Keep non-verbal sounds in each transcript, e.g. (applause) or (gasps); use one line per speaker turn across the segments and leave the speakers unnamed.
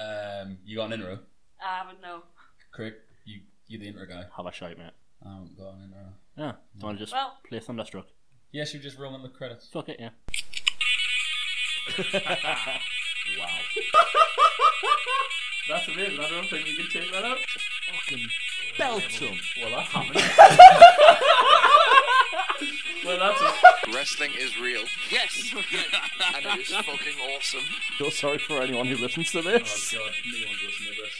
Um, you got an intro,
I haven't no.
Craig. You you the intro guy.
Have a shout, mate.
I haven't got an intro.
Yeah. Do you want to just
Well-
play Thunderstruck?
Yes, you're just rolling the
Oh
credits.
Fuck it, yeah. wow.
That's amazing. I don't think we can take that out.
Fucking Beltum.
Well,
(laughs)
that happened. well, that's it.
Wrestling is real. (laughs) Yes. and it is fucking awesome.
(laughs) Feel sorry for anyone who listens to this.
Oh, God. No one's listening to this.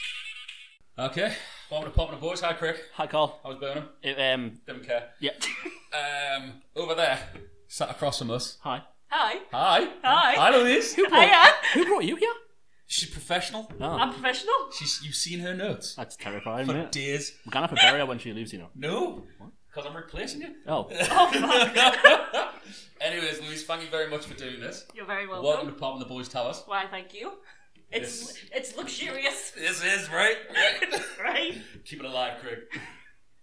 Okay. Welcome to Poppin' the Boys. Hi, Craig.
Hi, Carl.
I was burning.
It, um,
Didn't care.
yeah. (laughs)
Um, over there, sat across from us.
Hi.
Hi.
Hi.
Hi.
Hi, Louise.
Hiya.
Who brought you here?
She's professional.
No.
I'm professional.
She's you've seen her notes
That's terrifying,
for
mate.
days.
We're gonna have to bury her when she leaves, you know.
No, because I'm replacing you.
Oh,
(laughs) Anyways, Louise, thank you very much for doing this.
You're very welcome.
Welcome to Poppin' the Boys Towers.
Why, thank you. It's it's
(laughs)
luxurious,
This is right. (laughs)
right?
Keep it alive, Craig.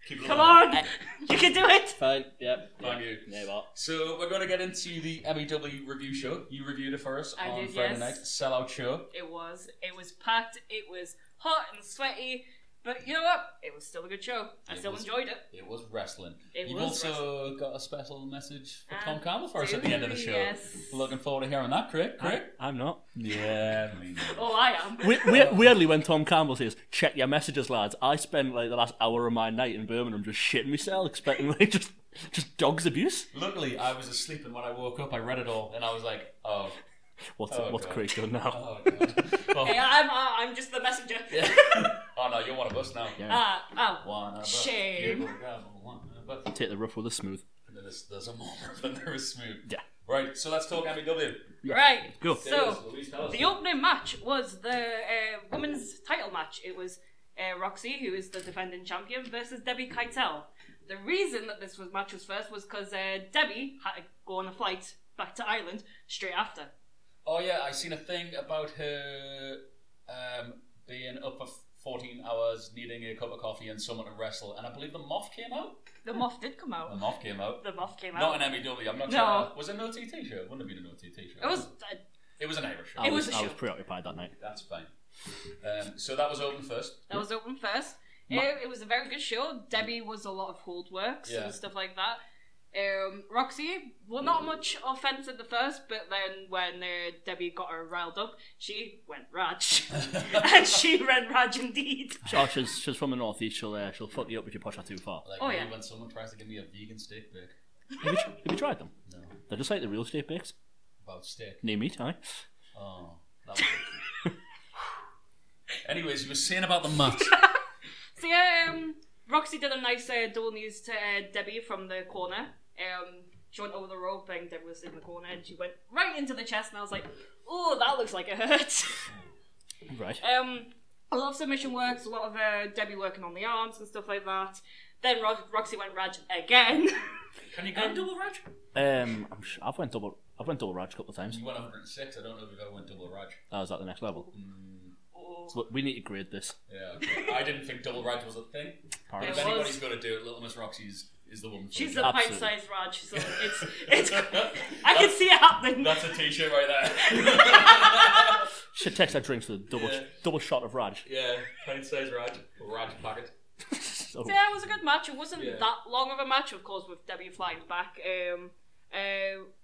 Keep it
Come
alive.
on, you can do it.
fine. Yep.
Thank you.
Yeah, well.
So we're going to get into the MEW review show. You reviewed it for us
I
on
did,
Friday
yes.
night. Sellout show.
It was it was packed. It was hot and sweaty, but you know what? It was still a good show. I
It
still
was-
enjoyed it.
It was wrestling.
It
You've
was
also got a special message for
Uh,
Tom Campbell for us at the end of the show.
yes.
Looking forward to hearing that, Craig. Craig?
I'm not.
Yeah,
Oh, I am.
We- we- weirdly, when Tom Campbell says, check your messages, lads, I spend like the last hour of my night in Birmingham just shitting myself, expecting like just just dogs abuse.
(laughs) Luckily, I was asleep, and when I woke up, I read it all, and I was like, oh,
What's
Oh,
what's
God.
Craig done now?
oh, God.
Hey,
(laughs) oh.
I'm I'm just the messenger.
oh, no, you're one of us now.
Ah, oh.
One of us.
Shame.
You're one of us.
(laughs) Take the rough with the smooth.
There's, there's a more (laughs) than there is smooth.
Yeah.
Right, so let's talk MEW.
Right.
Go.
So.
Louise, tell us.
The opening match was the uh, women's title match. It was uh, Roxy, who is the defending champion, versus Debbie Keitel. The reason that this was match was first was because uh, Debbie had to go on a flight back to Ireland straight after.
Oh yeah, I seen a thing about her um, being up for f- fourteen hours, needing a cup of coffee and someone to wrestle. And I believe the moth came out.
The moth did come
The
out.
moth came out.
The moth came
Not
out.
an MEW. I'm not
No.
sure. Was it an OTT show? It wouldn't have been an OTT show.
It was. uh,
It was an Irish show.
I
It was
was,
a
I
show.
was preoccupied that night.
That's fine. Um, so that was open first.
That was open first. It, it was a very good show. Debbie was a lot of hold works
Yeah.
and stuff like that. Um, Roxy, well, not much offense at the first, but then when uh, Debbie got her riled up, she went Raj. (laughs) and she ran Raj indeed.
Oh, she's, she's from the northeast. She'll uh, she'll fuck you up if you push her too far.
Like
Oh,
me
yeah.
when someone tries to give me a vegan steak bake
Have you, tr- have you tried them?
No.
They're just like the real estate bakes.
about steak.
Near meat, aye.
Oh, that was. (laughs) Anyways, you were saying about the match.
So yeah, um, Roxy did a nice uh, double knees to uh, Debbie from the corner. Um, she went over the rope and Debbie was in the corner and she went right into the chest and I was like, oh, that looks like it hurt. (laughs)
Right.
Um, a lot of submission works, a lot of uh, Debbie working on the arms and stuff like that. Then Ro- Roxy went Raj again.
Can you go double raj?
Um, I'm sh- I've went double. I've went double Raj a couple of times.
You went 106. I don't know if you've ever went double raj.
Oh, is that the next level?
Mm-hmm.
Oh.
So we need to grade this.
Yeah, okay. I didn't think double raj was a thing.
Apparently.
If
It was.
anybody's going to do it, Little Miss Roxy's is the woman. For
(laughs) She's
the
a
job.
Absolutely.
pint-sized Raj, so it's it's. I can see it happening. (laughs)
That's (laughs) a T-shirt right there.
Should text our drinks with a double
Yeah.
double shot of Raj.
yeah, pint size Raj, Raj pocket.
Oh,
So yeah, it was a good match. It wasn't
Yeah.
that long of a match, of course, with Debbie flying back. Um, uh,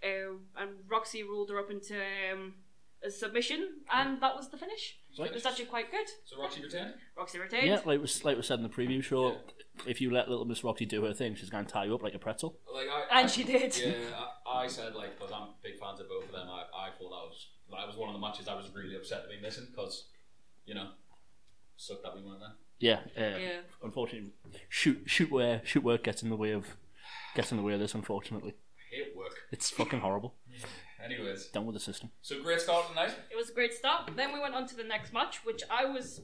uh, and Roxy rolled her up into um, a submission, and that was the finish.
Right.
It was actually quite good.
So Roxy returned.
Roxy retained.
yeah, like was like we said in the preview show, if you let little Miss Roxy do her thing, she's going to tie you up like a pretzel.
Like I,
And she did.
Yeah, I, I said like because I'm big fans of both of them. I, I thought that was that was one of the matches I was really upset to be missing because, you know, sucked that we weren't there.
Yeah. Uh,
Yeah.
Unfortunately, shoot shoot where shoot work gets in the way of gets in the way of this. Unfortunately,
Hate work.
it's fucking horrible.
Anyways,
Done with the system.
so great start tonight.
It was a great start. Then we went on to the next match, which I was,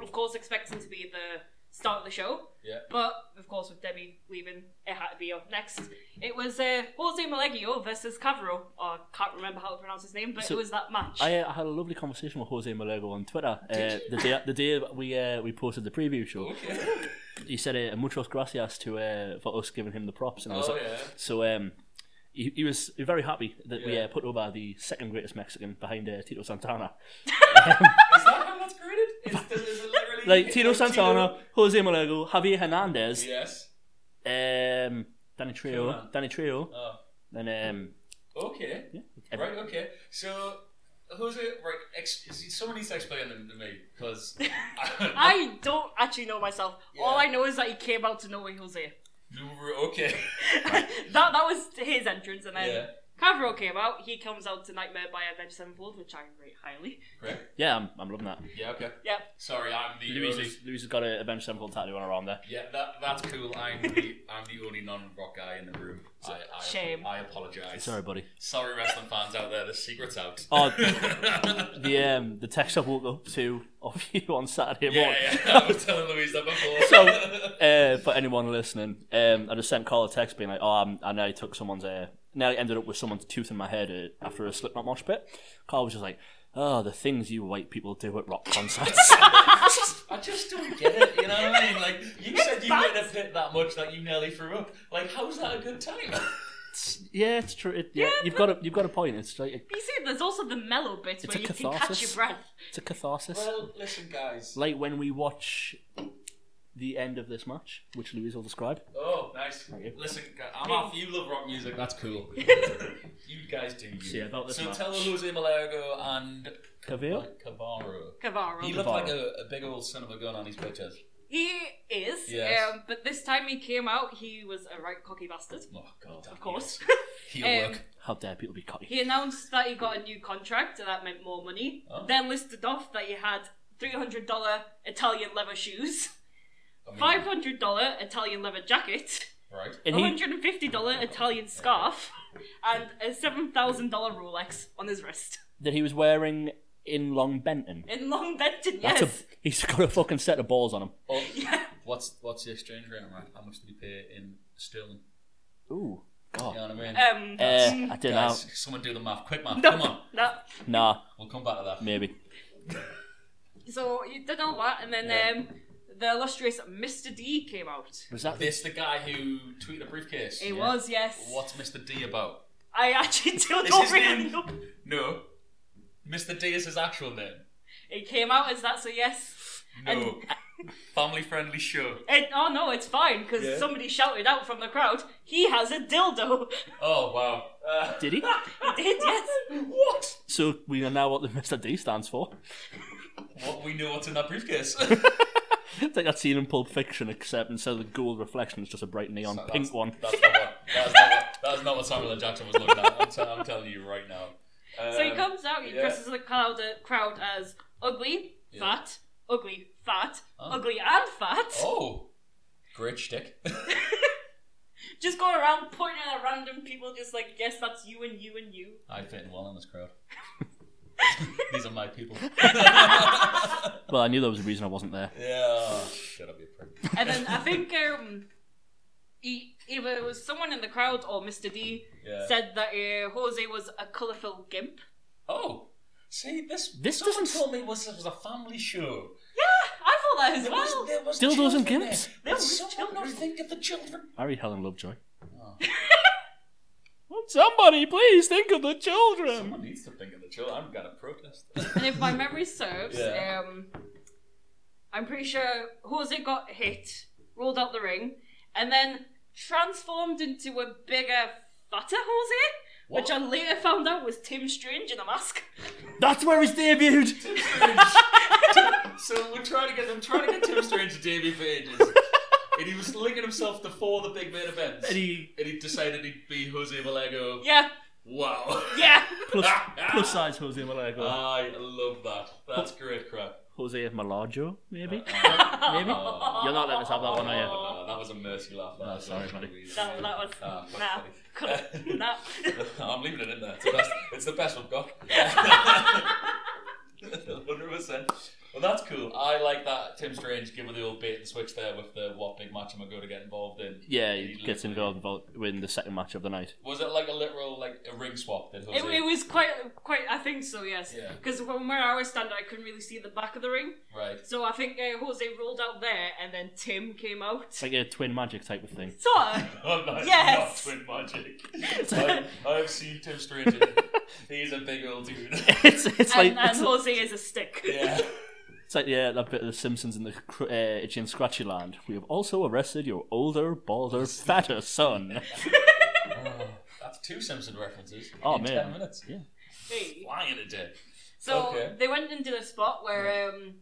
of course, expecting to be the start of the show.
Yeah.
But, of course, with Debbie leaving, it had to be up next. It was uh, Jose Maleggio versus Cavero. I can't remember how to pronounce his name, but
So-
it was that match.
I, uh, had a lovely conversation with Jose Malego on Twitter uh, the day the day that we uh, we posted the preview show. He said uh, muchos gracias to uh, for us giving him the props, and I
(laughs)
was
Oh
like, (laughs)
yeah.
so um, he, he was very happy that we
Yeah.
uh, put over the second greatest Mexican behind uh, Tito Santana.
Is that how that's graded?
like Tito Santana, Jose Malego, Javier Hernandez,
Yes.
um, Danny Trio,
Cool, man.
Danny Trio,
Oh,
and um,
okay.
yeah,
Right, okay. So, Jose, right, ex- see, someone needs to explain them to me, (laughs) because.
I don't actually know myself. All
Yeah.
I know is that he came out to know where he was here.
okay.
that (laughs) that was his entrance, and then
Yeah,
Favreau came out. He comes out to Nightmare by Avenged Sevenfold, which I rate highly.
correct.
yeah, I'm, I'm loving that.
Yeah, okay.
Yep.
Sorry, I'm the.
Louise,
only-
has, Louise has got a Avenged Sevenfold tattoo on her arm there.
Yeah, that, that's cool. I'm the, I'm the only non rock guy in the room. I, I,
Shame.
I apologise.
Sorry, buddy.
Sorry, wrestling fans out there, the secret's out.
Oh.
(laughs)
(laughs)
yeah,
The um, the text I woke up to of (laughs) you on Saturday morning.
yeah, I was telling Louise that before. (laughs)
So, uh, for anyone listening, um, I just sent Carl a text being like, "Oh, I'm, I nearly took someone's, uh, nearly ended up with someone's tooth in my head uh, after a Slipknot mosh pit." Carl was just like, "Oh, the things you white people do at
(laughs)
rock concerts."
I just don't get it, you know what I mean? Like, you said you wouldn't have hit that much that you nearly threw up. Like, how's that a good time? (laughs)
yeah, it's true. It, yeah, you've got a you've got a point. It's like
But you see, there's also the mellow bits
It's
where
a
you can catch your
catharsis.
breath.
it's a catharsis.
well, listen, guys.
like when we watch the end of this match, which Louise will describe.
Oh, nice.
you.
Listen, gu- I'm off. You love rock music. That's cool. (laughs)
(laughs)
you guys do. You.
See about this
so
match.
tell Jose Malago and
Cavill.
like, Cavaro.
Cavaro.
He
He,
looked
Cavaro.
like a, a big old son of a gun on his pictures.
is,
Yes.
um, but this time he came out, he was a right cocky bastard,
Oh god,
of course. (laughs)
Heel
Um,
work.
How dare people be cocky?
he announced that he got a new contract, and that meant more money.
Oh.
Then listed off that he had $300 Italian leather shoes,
I mean,
$500 Italian leather jacket,
Right.
And
Oh,
he,
$150 Italian scarf, and a $7,000 Rolex on his wrist.
that he was wearing in Long Benton.
In Long Benton, yes.
That's a, he's got a fucking set of balls on him.
Oh,
Yeah.
what's what's the exchange rate on that? How much did he pay in sterling?
Ooh,
You know
God.
what I mean?
Um,
Uh, I don't know.
guys, someone do the math. Quick math.
no,
Come on.
no.
Nah,
We'll come back to that.
maybe.
So you did all that, and then
Yeah.
um, the illustrious Mr. D came out.
Was that
This the guy who tweeted a briefcase.
He was, yes.
What's Mr. D about?
I actually (laughs) don't
Is
know
his
really
name-
know.
No. Mr. D is his actual name.
It came out as that, so yes.
No. Family friendly show.
And oh no, it's fine because
Yeah.
somebody shouted out from the crowd. He has a dildo. (laughs)
Oh wow. Uh,
(laughs) Did he?
He did yes.
(laughs) what?
So we know now what the (laughs) Mr. D stands for. (laughs)
What we know what's in that briefcase.
It's like that scene in Pulp Fiction, except instead of the gold reflection, it's just a bright neon
That's-
pink one.
That's not what. That's not what, that's not what Samuel L. Jackson was looking at. I'm, t- I'm telling you right now.
So he
Um,
comes out. He
yeah.
dresses the crowd, uh, crowd as ugly,
Yeah.
fat, ugly, fat,
Oh.
ugly and fat.
Oh, great shtick. (laughs)
Just going around pointing at random people, just like yes, that's you and you and you.
I fit in well in this crowd. These are my people.
Well, I knew there was a reason I wasn't there.
Yeah. Shut up, you prick.
And then I think um, he, either it was someone in the crowd or Mr. D
Yeah.
said that uh, Jose was a colourful gimp.
Oh, see this.
This
someone
doesn't-
told me was it was a family show.
I thought that as
There
well.
was, there was
Dildos and
children
gimps?
There. Did
There was
someone
children.
not think of the children?
Marry Helen (laughs) Lovejoy.
Oh.
Somebody, please think of the children.
Someone needs to think of the children. I'm gonna (laughs) protest.
And if my memory serves,
Yeah.
um, I'm pretty sure Jose got hit, rolled out the ring, and then transformed into a bigger, fatter Jose, which I later found out was Tim Strange in
(laughs)
a mask.
That's where he's debuted.
so we're trying to get. I'm trying to get Tim Strange to Davey for ages. And he was linking himself to four of the big main events.
And he
and he decided he'd be Jose Vallejo.
Yeah,
Wow.
yeah.
plus plus size Jose Malago.
I love that. That's great crap.
Uh, Jose Malajo, maybe.
Uh,
Maybe. You're not letting us have that one, are you?
no, that was a mercy laugh. That
No,
was
sorry,
a-
buddy.
(laughs) That, that was
Ah, fuck,
nah,
buddy. (laughs)
cool, nah.
I'm leaving it in there. It's the best, it's the best we've (laughs) got. 100%. Well, that's cool. I like that Tim Strange giving the old bait and switch there with the what big match am I going to get involved in.
Yeah,
And
he gets
literally-
involved in the second match of the night.
Was it like a literal like a ring swap that Jose?
It, it was quite, quite. I think so. Yes.
Yeah.
Because from where I was standing, I couldn't really see the back of the ring.
right.
So I think uh, Jose rolled out there, and then Tim came out.
It's like a twin magic type of thing. (laughs)
Sort of.
(laughs) Oh, no, it's
Yes.
Not twin magic. I, I've seen Tim Strange. in- He's a big old dude.
(laughs)
(laughs)
it's it's like
and, and
it's,
Jose is a stick.
yeah.
it's It's like, yeah, that bit of The Simpsons in the cr- uh, Itchy and Scratchy Land. We have also arrested your older, balder, fatter son.
Oh, That's two Simpson references.
Oh,
in
man.
Ten minutes.
Yeah.
(laughs) Hey.
Flying a day.
So
Okay.
they went and did a spot where um,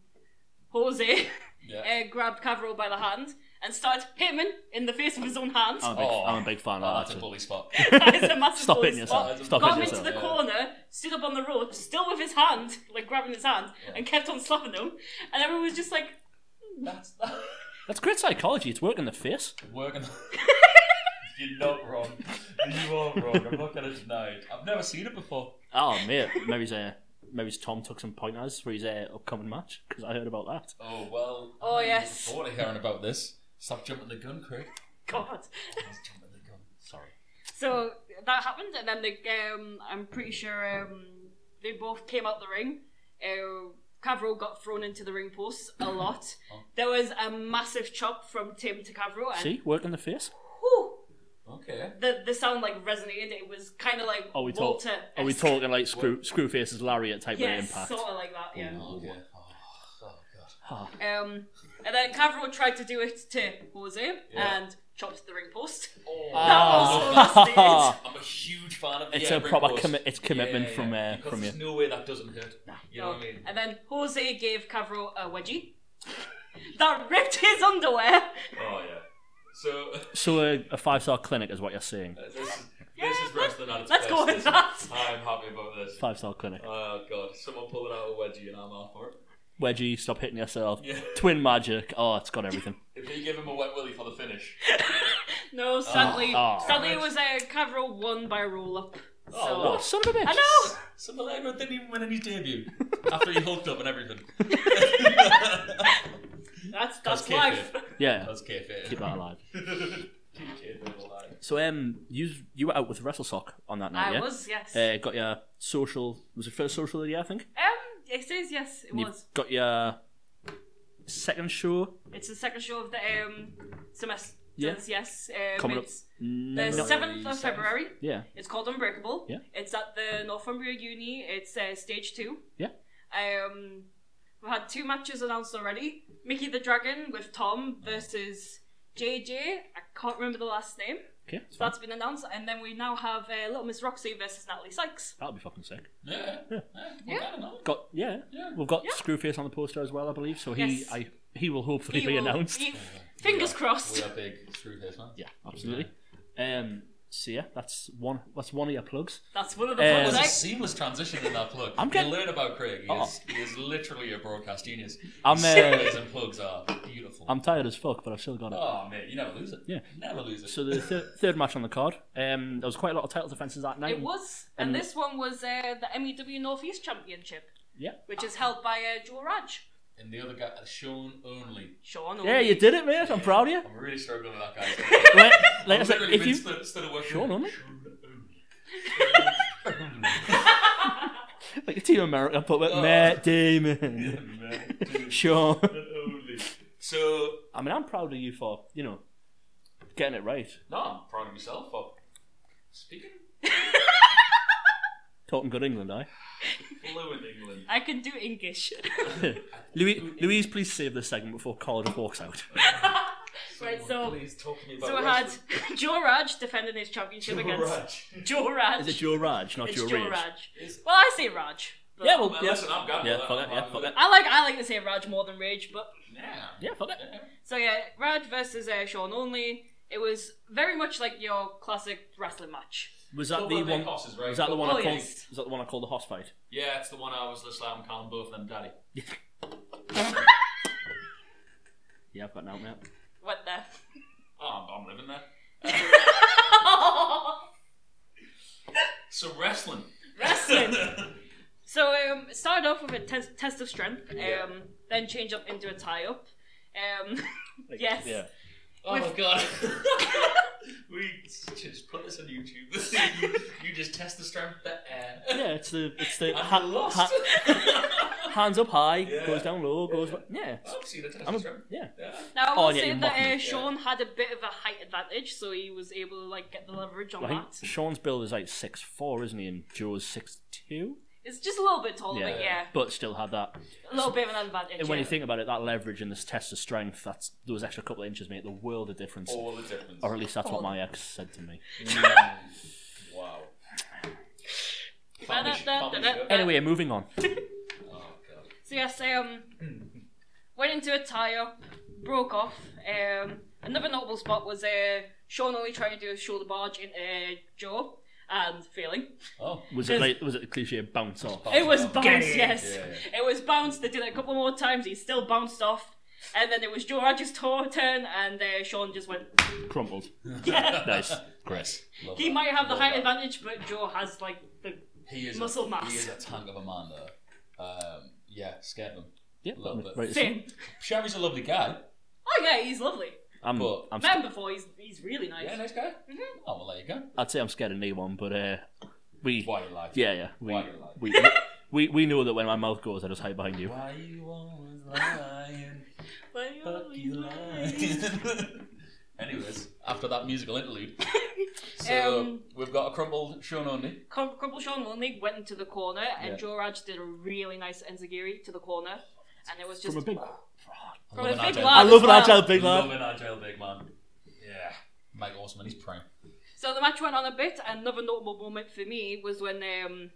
Jose (laughs)
Yeah.
uh, grabbed Cavro by the hand and started hitting him in the face with his own hand.
I'm a big,
Oh.
I'm a big fan
Oh,
of
that's a
that.
bully spot.
that is a massive
(laughs) Stop
bully
hitting yourself.
spot.
That's a
Stop
bully
Got
hitting
him
it
into
yourself.
the
yourself, yeah.
corner, stood up on the rope, still with his hand, like grabbing his hand, and kept on slapping him. And everyone was just like,
That's (laughs) that.
That's great psychology. It's work in the face.
(laughs)
Working. (laughs) You're not wrong. You are wrong. I'm not gonna deny it. I've never seen it before.
Oh, mate. Maybe, he's, uh, maybe he's Tom took some pointers for his uh, upcoming match, because I heard about that.
Oh well.
Oh,
I'm
yes.
Bored of hearing about this. Stop jumping the gun, Craig.
God.
He's jumping the gun. Sorry.
So that happened, and then they, um, I'm pretty sure um, they both came out the ring. Uh, Cavro got thrown into the ring post a lot. There was a massive chop from Tim to Cavro, and
Oh. See? Work in the face.
whew,
Okay.
the the sound like resonated. It was kind of like
Are we, talk-
Walter.
are we talking like screw- Screwface's lariat type of
Yes,
impact?
sort of like that. Yeah.
Okay. Oh, oh god.
Um, and then Cavro tried to do it to Jose and chopped the ring post.
Oh.
That was (laughs)
(laughs)
so staged.
I'm a huge fan of the
It's
air
a
brake
proper
post.
commi- it's commitment from, uh,
because
from
there's no way that doesn't hurt. You know what I mean?
And then Jose gave Cavro a wedgie (laughs) that ripped his underwear.
Oh yeah. So (laughs)
So a, a five star clinic is what you're saying.
this is, this is wrestling at its
Let's
best.
go with
isn't it?
that.
I'm happy about this.
Five star clinic.
Oh god, someone pulling out a wedgie and I'm all for it.
Wedgie, stop hitting yourself.
Yeah.
Twin magic. Oh, it's got
(laughs)
everything.
If they give him a wet willy for the (laughs) finish.
No, sadly,
Oh, oh.
sadly it was uh, Cavro won by roll up. So
Oh, son of a bitch.
I know.
Samalago didn't even win in his (laughs) debut after he hooked up and (laughs) everything.
That's that's
That's
life.
kayfabe.
Yeah,
That's kayfabe. (laughs)
keep that alive.
Keep kayfabe alive.
So, um, you you were out with WrestleSock on that night,
I
yeah?
was yes.
Uh, got your social. Was it first social of the year, I think?
um, it says yes. It
And
was.
Got your second show
It's the second show of the um semester.
Yeah.
Yes. Um,
coming up.
it's the
No.
seventh of
seventh.
February.
Yeah,
It's called Unbreakable.
Yeah.
It's at the Northumbria Uni. It's uh, stage two.
yeah.
Um, we've had two matches announced already. Mickey the Dragon with Tom versus JJ. I can't remember the last name.
Okay, that's
So
fine.
that's been announced, and then we now have uh, Little Miss Roxy versus Natalie Sykes.
That'll be fucking sick.
Yeah. Yeah. yeah. I don't know.
Got yeah.
Yeah.
We've got Screwface on the poster as well, I believe. So he
Yes.
I he will hopefully
He
be
will-
announced.
he- fingers
We
crossed.
are big through this, man.
Yeah, absolutely. Um, so yeah, that's one. That's one of your plugs.
That's one of the
Uh,
It
ones
was a
I-
seamless transition in that plug.
I'm getting-
You learn about Craig. He is, he is literally a broadcast genius.
I'm,
His
uh,
segues and plugs are beautiful.
I'm tired as fuck, but I've still got it.
oh, mate, you never lose it.
Yeah.
Never lose it.
So the th- third match on the card. Um, there was quite a lot of title defenses that night.
It was, and
Um,
this one was uh, the MEW Northeast Championship,
Yeah.
which is held by uh, Joe Raj.
and the other guy, uh, Sean Only.
Sean.
Yeah,
O'Leary.
you did it, mate. I'm proud
(laughs)
of you.
I'm really struggling with that
(laughs)
guy.
Like, like
I'm
I said,
literally
if
been
you
stood, stood at work
Sean Only? like Team America, but with
Oh.
Matt Damon, Sean.
Only. So,
I mean, I'm proud of you for you know getting it right,
no, I'm proud of myself for speaking
talking good England, (laughs) I.
fluent England.
I can do English. (laughs)
(laughs) Louise, Louise, please save this segment before Colin walks out. (laughs)
right,
Someone
so
please talk to me about
so we had
wrestling.
(laughs) Joe Raj defending his championship against
Raj.
Joe Raj.
Is it Joe Raj, not
It's
Joe,
Joe
Raj?
Raj.
Is-
Well, I say Raj. but-
Yeah, well,
Well,
yeah,
listen, I'm gone.
yeah, fuck it, yeah, fuck it,
I like I like to say Raj more than Rage, but
Yeah.
yeah, fuck it.
so yeah, Raj versus uh, Sean only. It was very much like your classic wrestling match.
Was
Talk
that the
about their
one?
Hosses, right?
Was that the one I
Oh,
called?
yes.
Was that the one I called the hoss fight?
Yeah, it's the one I was just like, I'm calling both of them daddy.
Yeah, I've got now, mate.
What the? (laughs)
Oh, I'm, I'm living there. So wrestling. (laughs) Oh,
wrestling. so um, it started off with a test test of strength, um,
Yeah.
then changed up into a tie up. Um, (laughs) yes.
Yeah.
Oh my
(laughs)
god. we just put this on YouTube. (laughs) you, you just test the strength of the air.
Yeah, it's the it's the
I'm
ha-
lost.
ha-
(laughs)
hands up high, goes down low, goes yeah.
I've seen the test
I'm
the
a,
strength.
yeah.
Yeah.
Now I
Oh,
will
yeah,
say
you're
that
mocking
uh,
me.
Sean had a bit of a height advantage, so he was able to like get the leverage on
I think
that.
Sean's build is like six four, isn't he? And Joe's six two.
It's just a little bit taller,
Yeah.
but Oh, yeah,
but still had that.
a little bit of an advantage.
And when you
yeah.
think about it, that leverage and this test of strength, that's those extra couple of inches make the world of difference.
All the difference.
Or at least that's what
Oh.
my ex said to me.
(laughs) Mm, wow. Family, sh- family show.
Anyway, moving on.
Oh, God.
So yes, um, went into a tie-up, broke off. Um, another notable spot was uh, Sean only trying to do a shoulder barge in uh, Joe and failing.
Oh.
Was it like, was it the cliche bounce off?
It was bounce,
in.
yes.
Yeah,
It was bounced. They did it a couple more times. He still bounced off. And then it was Joe Rogers' tour turn, and uh, Sean just went.
(laughs)
Crumpled.
Yeah.
Nice.
Chris. Love
He
that.
might have the
Love
height
that.
advantage, but Joe has like the.
He is
muscle
a,
mass.
He is a tank of a man, though. Um, yeah, scared them.
Yeah,
Love it.
right. so-
Same.
Sherry's a lovely guy.
Oh yeah, he's lovely.
I'm,
But-
I'm,
Met him before. He's he's really nice.
Yeah, nice guy.
Mm-hmm.
Oh, well, there you go.
I'd say I'm scared of no one, but uh, we,
Why you like?
yeah, yeah, we,
Why you like?
we, we, we know that when my mouth goes, I just hide behind you.
Why you (laughs) always lying?
Well,
Fuck you
oh,
(laughs)
nice.
lying. Anyways, after that musical interlude,
(laughs)
so
Um,
we've got a crumbled Sean only.
Crum- Crumple Sean Lonely went into the corner, and
Yeah.
Joe Raj did a really nice enzigiri to the corner, and it was just
From a big,
I
From
love
a
an
big
agile-
lad.
I love an
Well,
agile big
Love
lad.
an agile big man. Yeah, Mike Horseman, he's prime.
So the match went on a bit. Another notable moment for me was when um,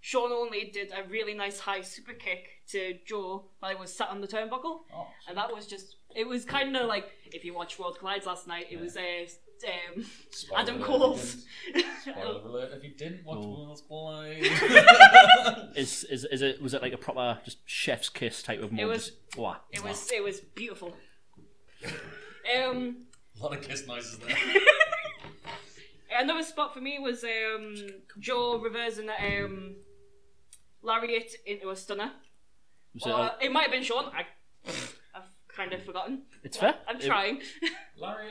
Sean Only did a really nice high super kick to Joe while he was sat on the turnbuckle,
Oh,
and that was just. It was kind of like if you watched World Collides last night. It was uh, um,
spoiler
Adam
alert if
Cole's. (laughs)
you didn't- Spoiler alert if you didn't watch
Oh.
World's
Is, is, is it, was it like a proper just chef's kiss type of moment?
was-
Just, wah.
it was it was
(laughs)
beautiful. Um,
A lot of kiss noises there.
(laughs) another spot for me was um, Joe reversing a um, lariat into a stunner.
Was it,
Or,
uh,
it might have been Sean. I, I've kind of forgotten.
it's fair.
I'm
It-
trying. (laughs)
Larry,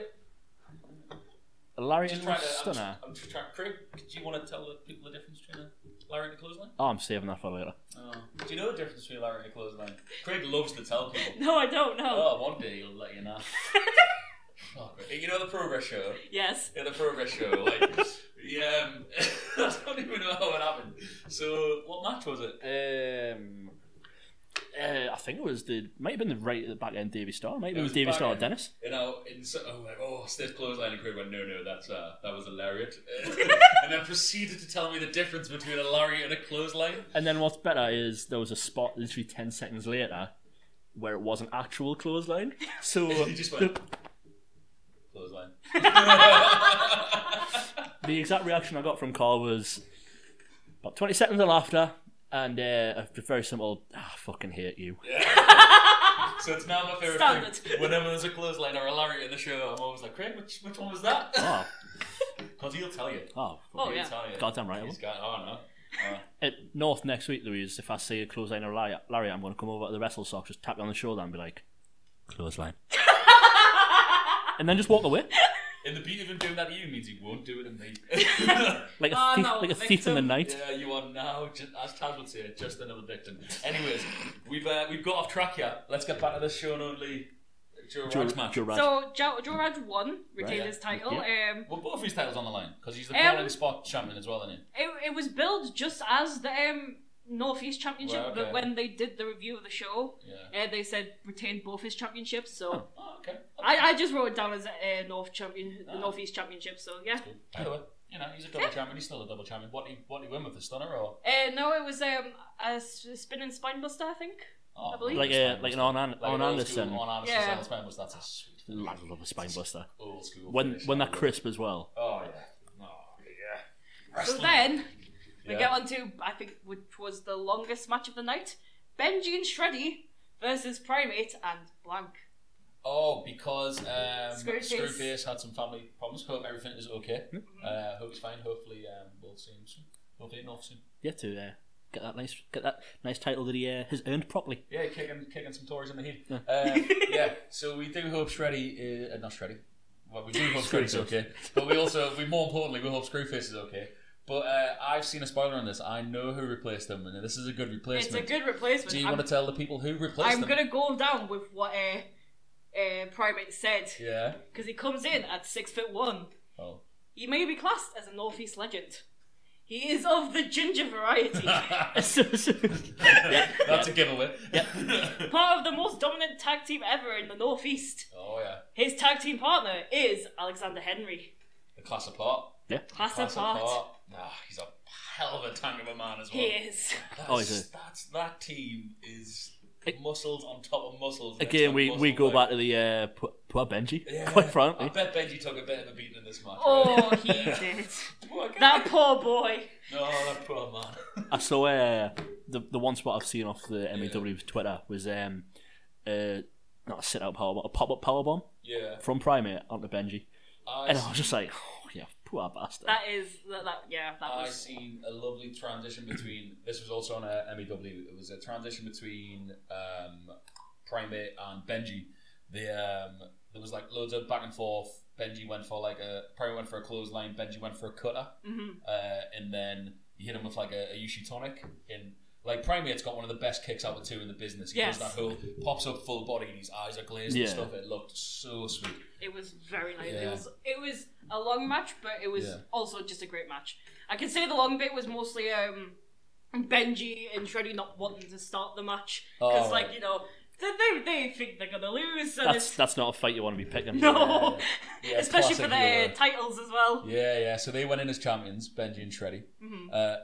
a Lariat
just
and
trying
a
to. I'm just,
stunner.
I'm just trying. Craig, do you want to tell the people the difference between a Larry and a clothesline?
Oh, I'm saving that for later.
Oh. Do you know the difference between a Larry and a clothesline? Craig loves to tell people.
(laughs) No, I don't know.
Oh, one day he'll let you know. Oh, great. you know the progress show.
Yes.
Yeah, the progress show. Like, (laughs) yeah, um, (laughs) I don't even know how it happened. So, what match was it?
Um, uh, I think it was the might have been the right at the back end Davy Star, might have
It
been
was
Davy
back
Star or
end.
Dennis.
You know, in so, oh, like, oh, stiff clothesline, and Craig went, no, no, that's uh, that was a
(laughs)
lariat, and then proceeded to tell me the difference between a lariat and a clothesline.
And then what's better is there was a spot literally ten seconds later where it was an
(laughs)
actual clothesline. So
He just went
the, (laughs)
clothesline.
the exact reaction I got from Carl was about twenty seconds of laughter and uh, a very simple ah, I fucking hate you.
(laughs) So it's now my favorite thing.
Standard.
Whenever there's a clothesline or a lariat in the show, I'm always like, Craig, which which one was that?
Oh,
Because he'll tell you.
oh,
Oh,
He'll
yeah.
tell you.
goddamn right. I will.
He's got. Oh no.
At North next week, Louise, if I see a clothesline or Larry, Larry I'm going to come over to the wrestle sock, just tap you on the shoulder and be like,
(laughs)
clothesline. and then just walk away.
And the beauty of him doing that to you means he won't do it to me.
(laughs)
(laughs)
Like a
Ah,
thief,
no,
like a thief in the
victim.
night.
yeah, you are now, just, as Taz would say, just another victim. Anyways, we've uh, we've got off track here. Let's get back to this show and only Joe
Joe-
Rags match.
Joe Raj.
So Joe, Joe Raj won, retained
Right.
his title. Um,
Well, both his titles on the line because he's the
Um,
bowling spot champion as well, isn't he?
it, it was billed just as the um, Northeast Championship,
Right, okay.
but when they did the review of the show,
Yeah.
uh, they said retained both his championships. So
Oh, okay.
I, I just wrote it down as uh, North champion, the
Ah.
Northeast Championship. So yeah.
By the way, you know he's a double champion. He's still a double champion. What he what he win with the stunner or?
Uh, no, it was um, a s- spinning spine buster, I think.
Oh,
I believe-
like a, like an on, an,
Like
on
an old school
Anderson.
On Anderson.
Yeah.
Yeah. That's a sweet
I love a spine buster.
old school.
When
finish.
when that crisp as well.
Oh yeah. Oh yeah.
So
Wrestling.
then we
Yeah.
get on to I think which was the longest match of the night: Benji and Shreddy versus Primate and Blank.
Oh, because um, Screwface.
Screwface.
had some family problems. Hope everything is okay.
Mm-hmm.
Uh, hope he's fine. Hopefully, um, we'll see him soon. Hopefully, enough soon.
Yeah, to uh, get that nice get that nice title that he uh, has earned properly. (laughs)
(laughs) Yeah, kicking kicking some Tories in the heat. Uh, (laughs) yeah, so we do hope Shreddy, uh, not Shreddy. Well, we do hope Shreddy's
Screwface.
okay, but we also, we more importantly, we hope Screwface is okay. But uh, I've seen a spoiler on this. I know who replaced them, and this is a good
It's a
replacement.
good replacement.
do you
I'm,
want to tell the people who replaced
I'm
them?
gonna go down with what uh, uh, Primate said
Yeah.
because he comes in at six foot one.
Oh.
He may be classed as a northeast legend. He is of the ginger
(laughs)
variety,
(laughs) That's a giveaway.
part of the most dominant tag team ever in the Northeast.
oh yeah,
His tag team partner is Alexander Henry.
the class apart.
Class, apart.
Oh, Nah, he's a hell of a tank of a man as well. (laughs)
He is.
That's,
Oh, he's a-
that's that team is muscles on top of muscles. next
Again,
to
we,
muscle,
we go
like-
back to the uh, poor, poor Benji,
Yeah.
quite
I
frankly.
bet Benji took a bit of a beating in this match.
Oh,
right? (laughs)
(laughs) he
Yeah.
did.
Poor guy.
That poor boy.
No, that poor man.
I saw uh, the the one spot I've seen off the MEW's Twitter was um, uh, not a sit out power a pop up power bomb
yeah.
from Primate onto Benji,
I
and I was just like, oh yeah, poor bastard.
That is that. that yeah, that
I
was.
seen a lovely
(clears throat)
transition between. This was also on a MEW. It was a transition between um, Primate and Benji. The um, there was like loads of back and forth. Benji went for like a Primate went for a clothesline. Benji went for a cutter,
Mhm.
uh, and then he hit him with like a, a Yushi tonic. And like Primate's got one of the best kicks out of two in the business. He
Yes.
does that whole pops up full body and his eyes are glazed
Yeah.
and stuff. It looked so sweet.
It was very nice. It
Yeah.
was. It was a long match, but it was
Yeah.
also just a great match. I can say the long bit was mostly um, Benji and Shreddy not wanting to start the match because,
Oh,
like
right.
you know, they, they they think they're gonna lose. And
that's
it's,
that's not a fight you want to be
(laughs)
picking.
no,
Yeah,
especially for
classic
their
hero.
titles as well.
Yeah, yeah. So they went in as champions, Benji and Shreddy.
Mhm.
Uh,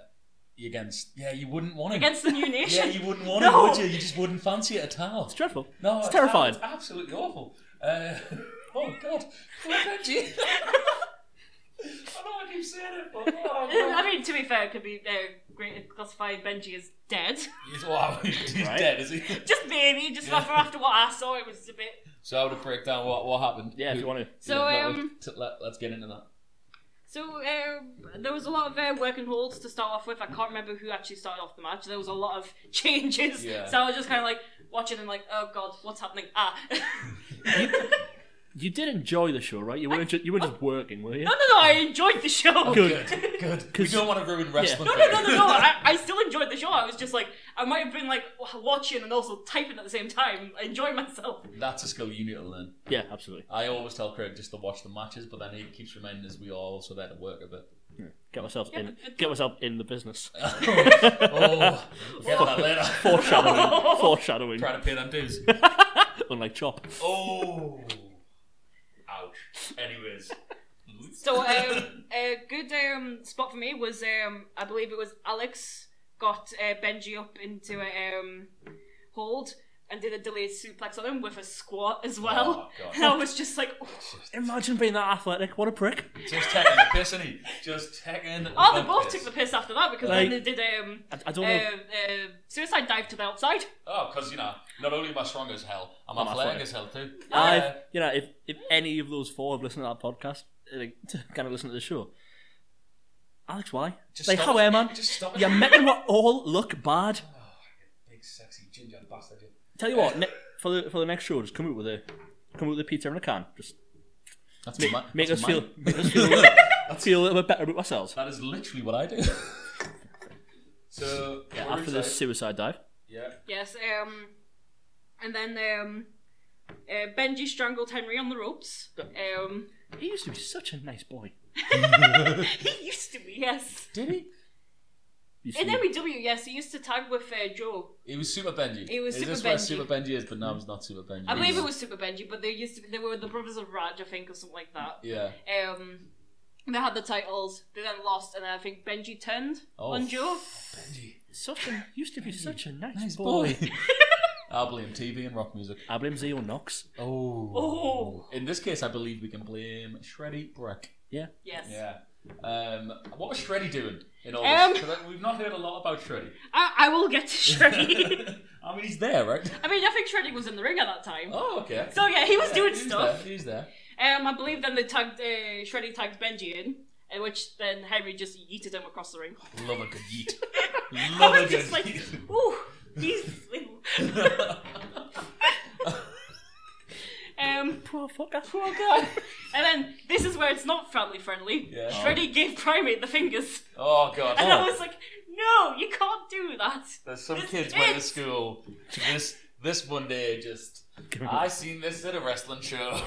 against, yeah, you wouldn't want him.
Against the new
yeah,
nation.
you
(laughs)
wouldn't want
No.
him, would you? You just wouldn't fancy it at all.
It's dreadful.
No,
it's terrifying.
ab- absolutely awful. Uh, (laughs) oh God, poor Benji.
(laughs)
I know I keep saying it, but
(laughs)
oh, God.
I mean, to be fair, it could be uh, great classifying Benji as dead. (laughs)
he's, wow, (laughs) he's
Right.
dead, is he? (laughs)
just maybe, just
Yeah.
after after what I saw, it was a bit
So I would break down what what happened.
Yeah, if
Who-
you want to.
So,
that would-
um,
t- let, us get into
(laughs)
that.
So uh, there was a lot of uh, working holds to start off with. I can't remember who actually started off the match. There was a lot of (laughs) changes,
Yeah.
so I was just kind of like watching and like, oh god, what's happening? Ah, no,
You did enjoy the show, right? You weren't just, you were just working,
(laughs)
were you?
(laughs) no, no. I enjoyed the show. (laughs)
Good.
Good, good. We
'Cause-
don't want to ruin wrestling.
No, no, no, no, no. I, I still enjoyed the show. I was just like, I might have been like watching and also typing at the same time. I enjoyed myself.
(laughs) That's a skill you need to learn.
Yeah, absolutely.
I always tell Craig just to watch the matches, but then he keeps reminding us we are also there to work a bit.
Get myself
Yeah,
in.
but it-
Get myself in
(laughs)
the business.
oh, we'll get that later.
(laughs)
Foreshadowing.
(laughs)
foreshadowing.
Try to pay them dues.
Unlike Chop.
Oh, ouch. Anyways,
So um, a good um, spot for me was um, I believe it was Alex got uh, Benji up into a um, hold and did a delayed suplex on him with a squat as well.
Oh, God.
and I was just like, oh,
Imagine being that athletic. What a prick.
just taking the piss, isn't he? Just taking.
oh, they both took the piss after that because
Like-
then they did um,
I, I
uh,
don't know.
uh, suicide dive to the outside.
Oh, because you know, not only am I strong as hell, I'm,
I'm
athletic,
athletic.
as hell too.
I've, you know, if, if any of those four have listened to that podcast, like, (laughs) kind of listen to the show, Alex, why?
Just
like,
stop
how
it.
are man?
Just stop it.
You're making what all look bad.
Big sexy ginger bastard. you.
Tell you what, ne- for the for the next show, just come out with a come out with a pizza and a can. Just
That's make, my,
make
that's
us
mine.
feel make
(laughs)
us feel a little, feel a little bit better about ourselves.
That is literally what I do. (laughs) so
Yeah,
we're
after this
inside.
suicide dive,
yeah.
Yes, um, and then um, uh, Benji strangled Henry on the ropes. Um, (laughs)
he used to be such a nice boy.
he used to be yes
Did he? Used to
in
be-
MW. Yes, he used to tag with uh, Joe.
It was Super Benji.
It was
is
Super
this where
Benji.
Super Benji is, but now it's not Super Benji.
I believe it was Super Benji, but they used to be, they were the brothers of Raj, I think, or something like that.
Yeah.
Um, they had the titles. They then lost, and I think Benji turned
Oh.
on Joe.
Benji.
such a used to be such a nice,
Nice
boy.
boy.
(laughs)
I blame TV and rock music.
I blame Zeo Knox.
Oh.
Oh.
In this case, I believe we can blame Shreddy Breck.
Yes,
Yeah. Um, what was Shreddy doing in all
Um.
this? 'Cause I- we've not heard a lot about
(laughs)
Shreddy. (laughs)
I, I will get to Shreddy. (laughs)
I mean, he's there, right?
I mean, I think Shreddy was in the ring at that time.
Oh, okay.
So yeah, he was
Yeah,
doing
he's
stuff.
There. He's there.
Um, I believe then they tagged uh, Shreddy tagged Benji in, uh, which then Henry just yeeted him across the ring.
Love a good
(laughs)
yeet.
I
Love a
was
good
just like,
yeet.
ooh, he's. um,
Poor fucker.
Poor guy. And then this is where it's not family friendly.
Yeah.
Shreddy gave Primate the fingers,
(laughs) oh, God.
and I was like, "No, you can't do that."
There's some
This
kids went to
is-
school to this this one day just
Give me-
I seen this at a wrestling show.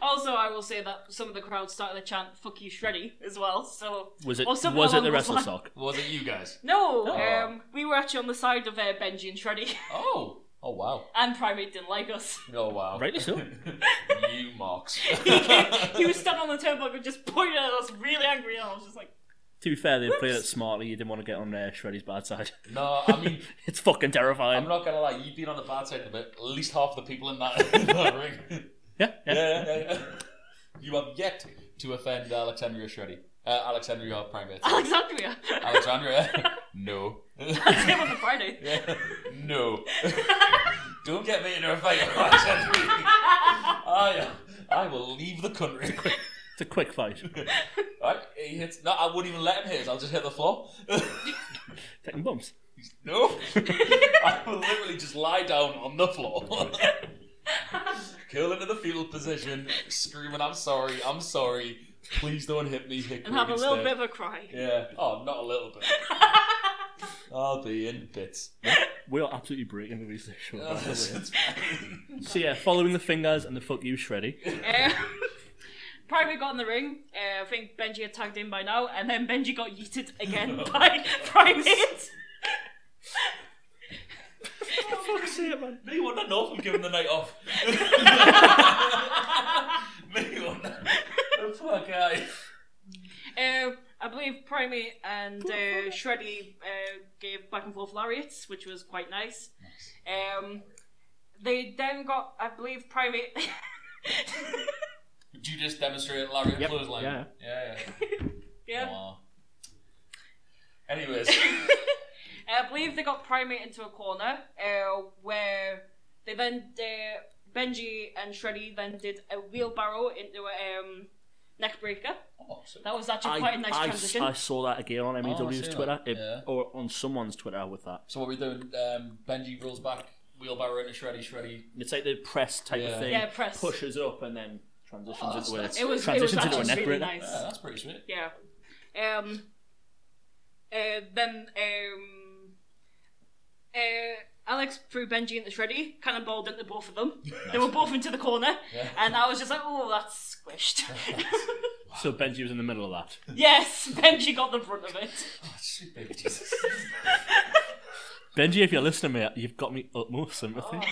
Also, I will say that some of the crowd started to chant "fuck you, Shreddy" as well. So
Was it
Or something
was it
along
the
those
wrestle
lines.
sock?
(laughs) Was it you guys?
no,
Oh.
um, we were actually on the side of uh, Benji and Shreddy,
Oh. Oh wow.
(laughs) and Primate didn't like us. (laughs)
Oh wow.
Rightly so.
(laughs) you marks.
he, he was standing on the turnbuckle, just pointing at us, really angry, and I was just like,
To be fair, they played it smartly. You didn't want to get on uh, Shreddy's bad side.
no, I mean,
(laughs) It's fucking terrifying.
I'm not gonna lie. You've been on the bad side of it. At least half the people in that, (laughs) in that ring.
yeah, yeah.
yeah, yeah, yeah. You have yet to offend Alexandria Shreddy. Uh, Alexandria Primate.
"Alexandria." (laughs)
Alexandria. (laughs) no.
That's him on the Friday. (laughs)
Yeah. No. (laughs) Don't get me into a fight, Alexandria. I, I will leave the country. (laughs)
It's a quick fight.
Right? He hits. No, I wouldn't even let him hit. us, I'll just hit the floor. (laughs)
Taking bumps.
no. (laughs) I will literally just lie down on the floor. (laughs) Curl into the fetal position, screaming, I'm sorry, I'm sorry, please don't hit me, hit
and
Greg
have a little
instead."
bit of a cry.
Yeah. Oh, not a little
(laughs)
bit. I'll be in bits.
We are absolutely breaking the research.
(laughs) Oh,
show, by the way.
It's fine.
so yeah, following the fingers and the fuck you, Shreddy.
(laughs)
(laughs) Uh, Primate got in the ring. Uh, I think Benji had tagged in by now, and then Benji got yeeted again by (laughs) Primate.
(laughs) Me wonder North giving the night off. (laughs) Me wonder. The poor guy.
Uh, I believe Primate and uh, Shreddy uh, gave back and forth lariats, which was quite nice. Um, they then got, I believe, Primate.
Did you just demonstrate Larry
Yep.
clothesline?
Yeah.
Yeah. yeah.
(laughs) yeah,
Aw. Anyways,
(laughs) Eh, I believe they got Primate into a corner uh, where they then uh, Benji and Shreddy then did a wheelbarrow into a um, neck breaker.
Oh, so-
That was actually quite a nice
I-
transition.
I saw that again on
Oh, I
MEW's
see
Twitter,
that.
it-
Yeah.
or on someone's Twitter with that.
so what we doing? Um, Benji rolls back, wheelbarrow into Shreddy, Shreddy.
It's like the press type
Yeah.
of thing.
Yeah, press.
Pushes up and then transitions
Oh,
into
that's-
a,
it was it was
transitions into a
actually
neck
really
breaker.
nice.
Yeah, that's pretty sweet.
Yeah. Um. Uh, then um. Uh, Alex threw Benji into Shreddy, cannonballed into both of
(laughs)
them. They were both into the corner,
Yeah.
and I was just like, "Oh, that's squished."
(laughs)
(laughs)
So Benji was in the middle of that.
yes, Benji got the brunt of it.
Oh, (laughs) sweet baby (laughs) Jesus.
Benji, if you're listening, mate, you've got me utmost sympathy.
Oh.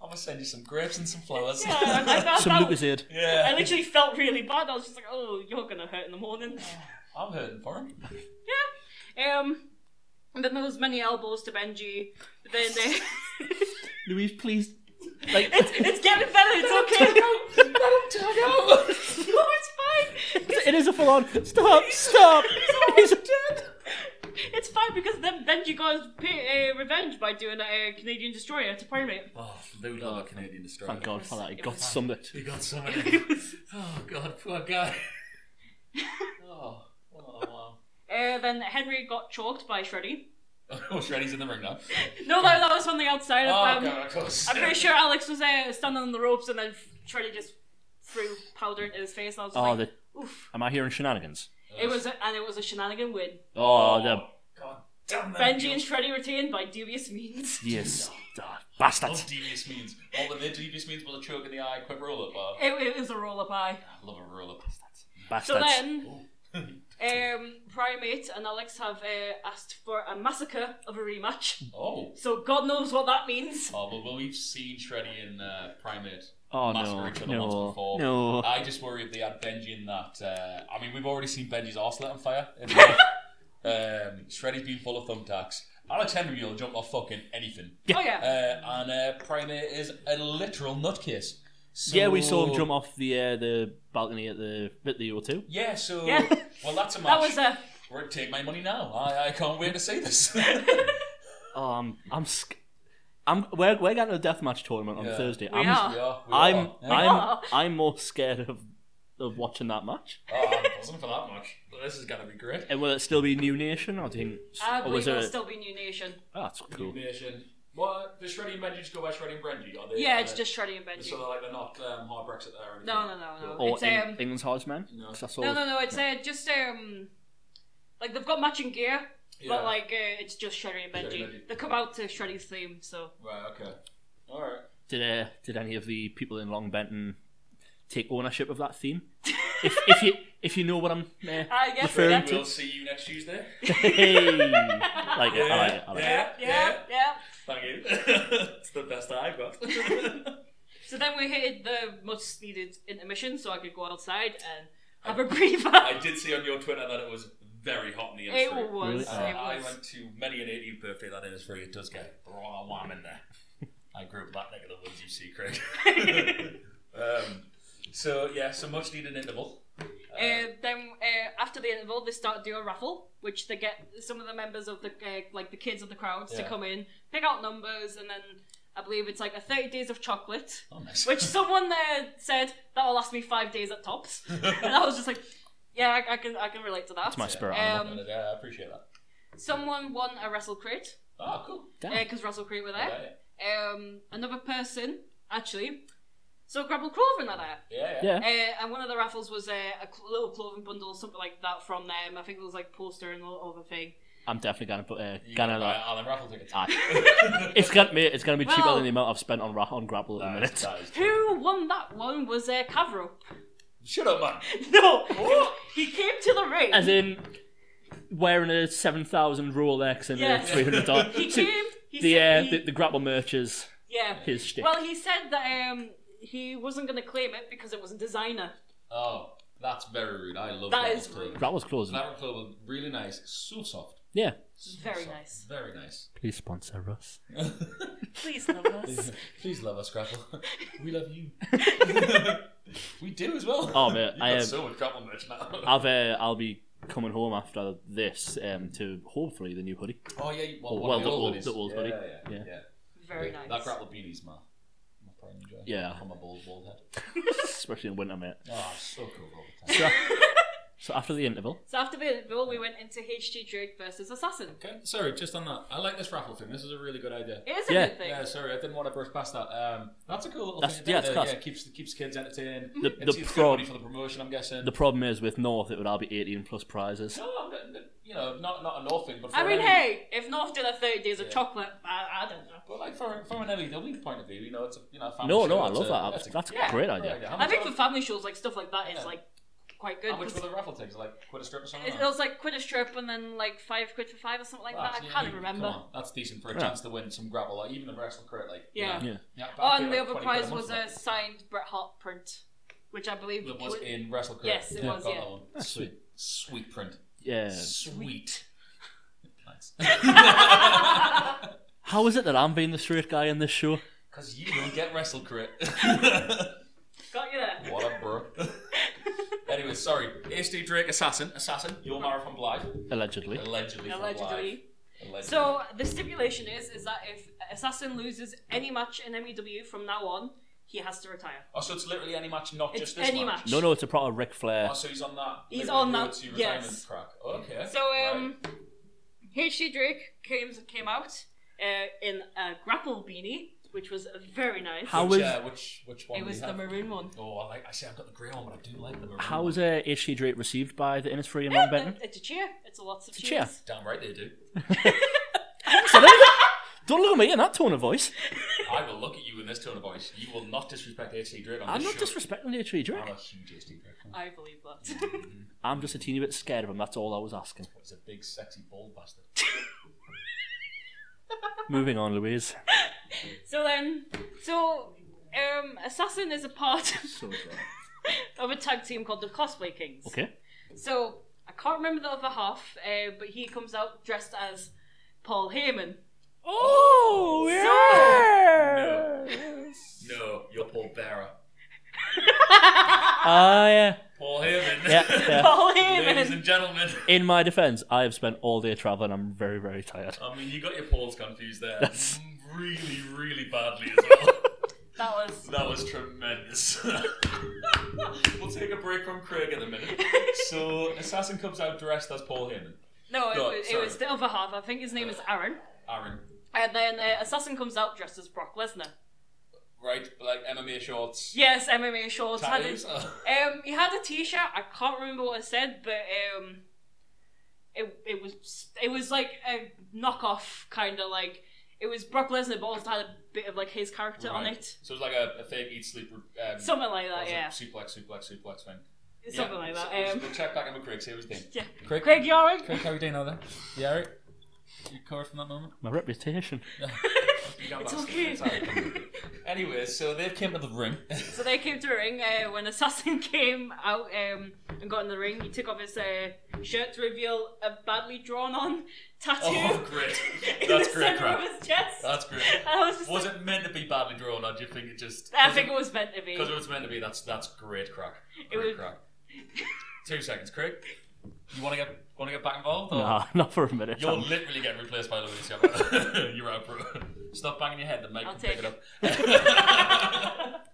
I'm gonna send you some grapes and some flowers.
Yeah, I, I, felt-
Some
felt-
Lucasade.
I
(laughs) Yeah,
literally felt really bad. I was just like, "Oh, you're gonna hurt in the morning."
I'm hurting for him.
Um. And then there was many elbows to Benji. But then they. (laughs)
Louise, please. Like,
It's,
(laughs)
it's getting better. It's okay.
Let him
(laughs) No, it's fine.
it is a full on. Stop, stop. He's dead.
It's fine because then Benji got pay, uh, revenge by down a Canadian destroyer to Primate.
Oh, Lou Love, Canadian destroyer.
Thank God for that. He got somebody.
You got so (laughs) many.
(laughs) It was-
oh God, poor (laughs) guy. oh, oh wow.
uh, then Henry got choked by Shreddy.
(laughs) Oh, Shreddy's in the ring now.
No, that, that was on the outside.
Oh
Of, um,
God, of course.
I'm pretty sure Alex was uh, standing on the ropes and then Shreddy just threw powder into his face. And I was just
Oh,
like,
the,
oof.
am I hearing shenanigans?
It was a, and it was a shenanigan win.
Oh, the
(laughs) Oh, God damn that.
Benji and Shreddy retained by dubious means. (laughs)
yes,
Love
Oh,
bastards.
devious means. All the devious means was a choke in the eye, quick roll up. Uh,
It, it was a roll up eye.
I love a roll up.
So
Bastards.
then, um, Primate and Alex have uh, asked for a massacre of a rematch.
Oh.
So God knows what that means.
Oh, well, well, we've seen Shreddy and uh, Primate
oh
massacre
no,
each other once
no,
before.
no.
I just worry if they had Benji in that. Uh, I mean, we've already seen Benji's arse lit on
(laughs)
fire. in life. um, Shreddy's been full of thumbtacks. Alex Henry will jump off fucking anything.
Oh yeah.
Uh, and uh, Primate is a literal nutcase. So,
Yeah, we
Oh.
saw him jump off the uh, the balcony at the at the O2.
Yeah, so
Yeah.
(laughs)
well, that's a
that
match.
was
uh,
uh, a.
We're take my money now. I, I can't wait to see
(laughs)
this. (laughs)
Oh, I'm I'm sc- I'm we're we're going to a deathmatch tournament on
Yeah.
Thursday.
We
I'm
are.
We are, we
I'm
are. Yeah.
I'm
are.
I'm more scared of of watching that match.
Oh, I'm buzzing for that much. This is gonna be great.
And will it still be New Nation? Or do you
I
think? Or
believe
was
it'll
it?
still be New Nation.
oh, that's cool.
Nation. What does Shreddy and Benji just go by Shreddy and Benji? Are they?
Yeah,
are
it's
they-
just Shreddy and Benji.
So they're like they're not um, hard Brexit there. Or anything?
No, no, no, no.
Or
It's
Eng-
um.
England's Horsemen?
No.
'Cause I saw-
No, no, no. It's uh, just um. Like they've got matching gear,
Yeah.
but like uh, it's just Shreddy and
Shreddy
Benji.
and Benji.
They come out to Shreddy's theme, so
Right. Okay. All right.
Did uh, did any of the people in Long Benton take ownership of
(laughs)
that theme. if, if you if you know what I'm uh, (laughs)
I guess we
referring
get
We'll
to,
see you next
(laughs)
Tuesday.
hey, like it, I like it, I like it.
Yeah, yeah, yeah.
Thank you. (laughs) it's the best I've got.
(laughs) So then we hit the much needed intermission so I could go outside and have a
I
breather.
did see on your Twitter that it was very hot in the
(laughs) It
Innisfree.
was.
Uh,
It
I
was.
went to many an 18th birthday that Innisfree. It does get raw warm in there. I grew up that neck of the woods, you see,
(laughs)
Craig. (laughs) um, so yeah, so much needed interval.
Uh, then uh, after the interval, they start doing a raffle, which they get some of the members of the uh, like the kids of the crowds to
Yeah.
come in, pick out numbers, and then I believe it's like a thirty days of chocolate,
Oh, nice. (laughs)
which someone there said that'll last me five days at tops, and I was just like, yeah, I, I can I can relate to that.
That's my spirit
Um,
animal.
Yeah, uh, I appreciate that.
Someone won a wrestle crate
Oh, cool.
Yeah.
because wrestle crate were there.
Yeah,
Um, another person actually, so grapple cloven are there.
yeah.
Yeah.
Uh, and one of the raffles was uh, a cl- little clothing bundle, something like that from them. I think it was like poster and all other thing.
I'm definitely gonna put uh,
You
gonna
gotta buy
like.
Alan Raffle tickets.
(laughs) aye. it's gonna be it's gonna be cheaper
Well-
than the amount I've spent on ra- on grapple at the
(laughs) That
minute.
is- that is-
Who won that one was uh, Cavro.
Shut up, man.
No, he came to the ring.
(laughs) As in wearing a seven thousand Rolex and
Yes.
a three hundred dollars.
he came. (laughs) He
the,
said
uh,
he-
the the grapple merch is
yeah.
his shtick.
Well, he said that um, he wasn't going to claim it because it was a designer.
Oh, that's very rude. I love
That
that.
is rude.
Grapple's closing.
That club was really nice. So soft.
Yeah,
So
Very
soft.
nice.
Very nice. (laughs)
please sponsor us.
Please love us.
Please love us, Grapple.
(laughs)
We love you. we do as well. (laughs)
Oh, mate,
You've
I
got
am-
so much Grapple merch
(laughs)
now.
I've uh, I'll be coming home after this um, to hopefully the new hoodie. (laughs)
Oh yeah, you- well,
Well,
one of
the old-
hoodies.
the old
yeah,
hoodie.
Yeah, yeah.
Yeah.
Very
Yeah,
nice.
That Grapple beanie's my my prime enjoy.
Yeah.
on my bald bald head.
Especially in winter, mate.
Oh, it's so cool. all the time.
So, (laughs) so after the interval,
so after the bill, we went into HT Drake versus Assassin.
Okay, sorry, just on that. I like this raffle thing. This is a really good idea.
It is a
Yeah.
good thing.
Yeah, sorry, I didn't want to brush past that. Um, that's a cool little
That's-
thing.
yeah, it's
Uh,
class.
yeah, keeps keeps kids entertained.
The-
it's,
the
it's
prob-
good money for the promotion, I'm guessing.
the problem is with North, it would all be eighteen plus prizes.
no, I'm not- you know, not not a North thing, but for
I mean,
an-
hey, if North did a 30 days of
Yeah.
chocolate, I, I don't know.
But like for from an LEW point of view, you know, it's a you know. a family
No,
show,
no, I
it's
love
a-
that.
it's
That's,
a
that's
yeah.
a great idea.
great idea. How
I
much
think
were-
for family shows, like stuff like that is
Yeah.
like quite good.
How much
'cause
were the raffle tickets? Like quid a strip or something?
It it was like quid a strip and then like five quid for five or something like
That's-
that.
yeah,
I can't
you-
remember.
come on, that's decent for a
Yeah.
chance to win some grapple, like even a wrestle crit, like you
Yeah.
know.
Yeah.
yeah.
Oh,
back
and
here,
the
like,
other
20 quid
prize
month
was
for
a
that.
signed Bret Hart print, which I believe
It was in wrestle crit.
Yes, it was,
Got
yeah.
that one. Sweet, sweet print.
(laughs)
Yeah.
Sweet. Nice.
How is it that I'm being the straight guy in this show?
Because you don't get wrestle crit.
got you there.
(laughs)
(laughs)
what a bro. anyway, sorry. HD Drake, Assassin, Assassin. Your marathon live.
Allegedly.
Allegedly. from
Allegedly.
Blythe. Allegedly.
So the stipulation is is that if Assassin loses any match in MEW from now on, he has to retire.
Oh, so it's literally any match, not
It's
just this
any
match.
match.
No, no, it's a proper Ric Flair.
Oh, so he's on that.
He's
literally
on that,
road to
yes.
retirement Crack. Okay.
So um, H.G. Drake came came out uh, in a grapple beanie, which was very nice.
How
which,
is-
uh, which which one?
it
do
was
we
the
have?
maroon one.
Oh, I like. I see. I've got the grey one, but I do like the maroon.
How
one.
was uh, HC Drake received by the Innisfree and
Yeah,
Long (laughs) Benton?
but It's a cheer. It's a lots of
a cheer.
cheers.
Damn right they do.
Don't look at me in that tone of voice.
I will look at you in this tone of voice. You will not disrespect HC Drake on
I'm
this
not
show.
disrespecting HC Drake.
I'm a huge HC Drake fan.
I believe that. (laughs)
I'm just a teeny bit scared of him. That's all I was asking.
He's a big, sexy, bald bastard.
Moving on, Louise.
so then, so um, Assassin is a part (laughs)
So
of a tag team called the Cosplay Kings.
Okay.
So I can't remember the other half, uh, but he comes out dressed as Paul Heyman. (laughs)
Oh,
No, you're Paul Bearer.
Ah, yeah.
Paul Heyman.
Yeah,
(laughs)
yeah.
Paul
Ladies
Heyman.
and gentlemen.
In my defense, I have spent all day traveling. I'm very, very tired.
I mean, you got your Pauls confused there. Mm,
That's-
Really, really badly as well.
That was
That was tremendous. (laughs) we'll take a break from Craig in a minute. So, Assassin comes out dressed as Paul Heyman.
no, it,
No,
was, it
sorry.
was the other half. I think his name is Aaron.
Aaron,
And then uh, Assassin comes out dressed as Brock Lesnar.
right? Like MMA shorts,
Yes, MMA shorts. Had a,
tattoos. (laughs) Oh.
um, he had a T-shirt. I can't remember what it said, but um, it it was it was like a knockoff kind of like It was Brock Lesnar, but also had a bit of like his character on
Right.
it,
So it was like a, a fake eat sleep. Um,
something like
what
that.
was it?
Oh, Yeah,
Suplex, suplex, suplex thing.
something
Yeah.
like
So-
that. Um,
we'll check back in with Craig. See how he's doing.
yeah.
Craig,
Craig, you alright?
Craig, how are you doing now? Then, yeah, right. You recovered from that moment.
My reputation.
(laughs) it's okay. (laughs)
Anyway, so they've came to the ring.
So they came to the ring uh, when Assassin (laughs) came out um, and got in the ring. He took off his uh, shirt to reveal a badly drawn on (laughs) tattoo
oh, great!
(laughs) in
That's
the
great
center
crap.
of his chest.
That's great.
and (laughs) I was
(laughs)
just
Was
like,
it meant to be badly drawn, or do you think it just?
I think it was meant to be.
Because it was meant to be. That's that's great crack.
It
Great
was-
crack. Two seconds, Craig. You want to get want to get back involved? Or?
Nah, (laughs) not for a minute.
Oh. You're
I'm-
literally getting replaced by Luis. You're- (laughs) You're out, bro. Stop banging your head. The mic
I'll
can
take
pick it
(laughs)
up.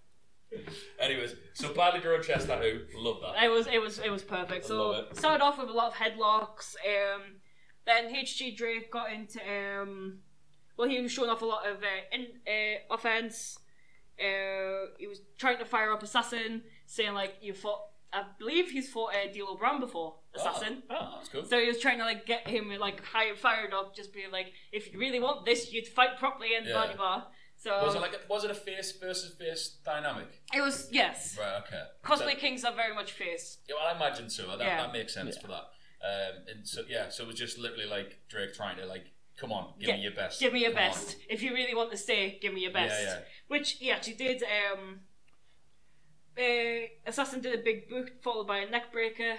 (laughs) Anyways, so badly drawn chest tattoo. Love that.
It was it was it was perfect.
I
So
love it.
started off with a lot of headlocks. Um, then HG Drake got into um, well, he was showing off a lot of uh, in, uh, offense. Uh, he was trying to fire up Assassin, saying like you fought. I believe he's fought uh, D'Lo Brown before Assassin.
Oh, oh, that's cool.
So he was trying to like get him like high fired up, just being like, if you really want this, you'd fight properly and blah
Yeah.
blah blah. So
was it like a, was it a face versus face dynamic?
it was yes.
Right. Okay.
Cosplay Kings are very much face.
Yeah, well, I imagine so. That,
Yeah.
that makes sense for that. Um, and so yeah, so it was just literally like Drake trying to like, come on, give
Yeah,
me your best,
Give me your
Come on."
best. If you really want to stay, give me your best.
Yeah, yeah.
Which he actually did. Um, uh, Assassin did a big boot followed by a neck breaker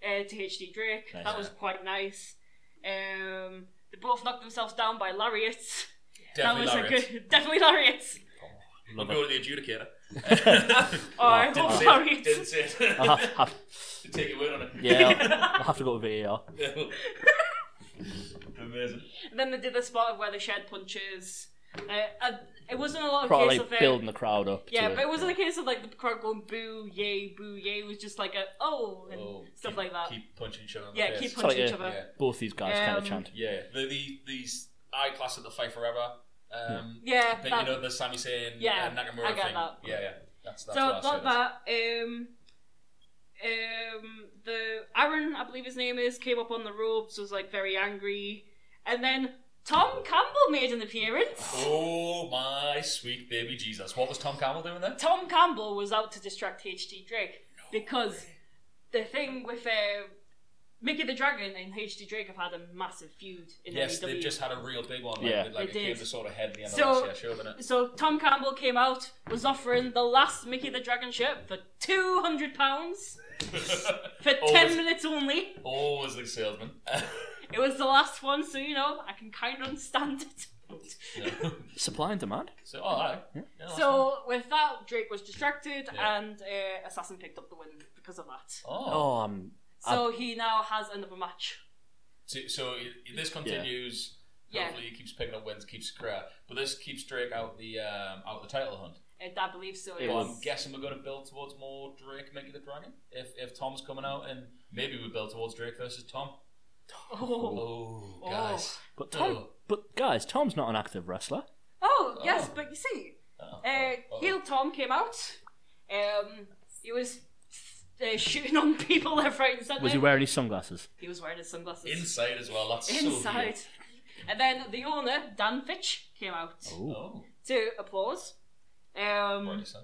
uh, to HD Drake.
Nice.
That was quite nice. Um, they both knocked themselves down by lariats. (laughs)
Definitely
that was
Lariat.
a good, (laughs) definitely lariats.
We'll go to the (laughs) adjudicator.
Or I
didn't
hope
say-
lariats.
Didn't say (laughs) it.
Uh-huh.
I'll have, have,
Take your word on it. (laughs)
yeah, I'll, I'll have to go to VAR.
Amazing.
Then they did the spot of where they shared punches. Uh, uh, it wasn't a lot of
Probably
case of uh,
building the crowd up.
Yeah,
to
but it wasn't a case of like the crowd going boo yay boo yay. It was just like a oh and
Oh,
stuff like that.
Keep punching each other. In
yeah,
the
keep
face.
punching
Sorry,
each
yeah.
other.
both these guys kind
Um,
of chant.
Yeah, the, the these I class at the fight forever. Um,
Yeah,
Then
that-
you know the Sami Zayn,
Yeah,
uh, Nakamura
I get
thing.
that.
Yeah, yeah. That's that's
so
what I
not
said.
that. Um, um, the Aaron, I believe his name is, came up on the ropes, was like very angry, and then Tom Campbell made an appearance.
Oh my sweet baby Jesus! What was Tom Campbell doing there?
Tom Campbell was out to distract HD Drake because the thing with uh, Mickey the Dragon and HD Drake have had a massive feud in E
Yes,
AEW.
they've just had a real big one. Like,
Yeah.
with, like
They
it came
did.
to sort of head in the end
So-
of last year, sure,
(laughs)
didn't it?
So Tom Campbell came out, was offering the last Mickey the Dragon shirt for two hundred pounds for
Oh,
ten
Always.
minutes only.
(laughs) Always the salesman. (laughs)
It was the last one, so you know I can kind of understand it.
No.
Supply and demand.
So, all right. Yeah, that's fine.
so with that, Drake was distracted,
Yeah.
and uh, Assassin picked up the win because of that.
Oh.
Oh, um,
So he now has another match.
So, so i- i- this continues.
Yeah.
Hopefully, he keeps picking up wins, keeps crap, but this keeps Drake out the um, out the title hunt.
Uh, I believe so.
It
Well,
yes.
I'm guessing we're going to build towards more Drake Mickey the Dragon if if Tom's coming out, and maybe we build towards Drake versus Tom.
Oh,
Oh,
Oh.
guys.
but Tom,
Oh.
but guys, Tom's not an active wrestler.
oh yes,
Oh.
but you see,
Oh,
Uh,
oh,
heel Tom came out. Um, he was uh, shooting on (laughs) people left, right, and centre.
Was he wearing his sunglasses?
He was wearing his sunglasses.
inside as well. That's
(laughs) Inside.
So
and then the owner, Dan Fitch, came out
weird.
Oh,
Oh,
to applause. Um,
right, so.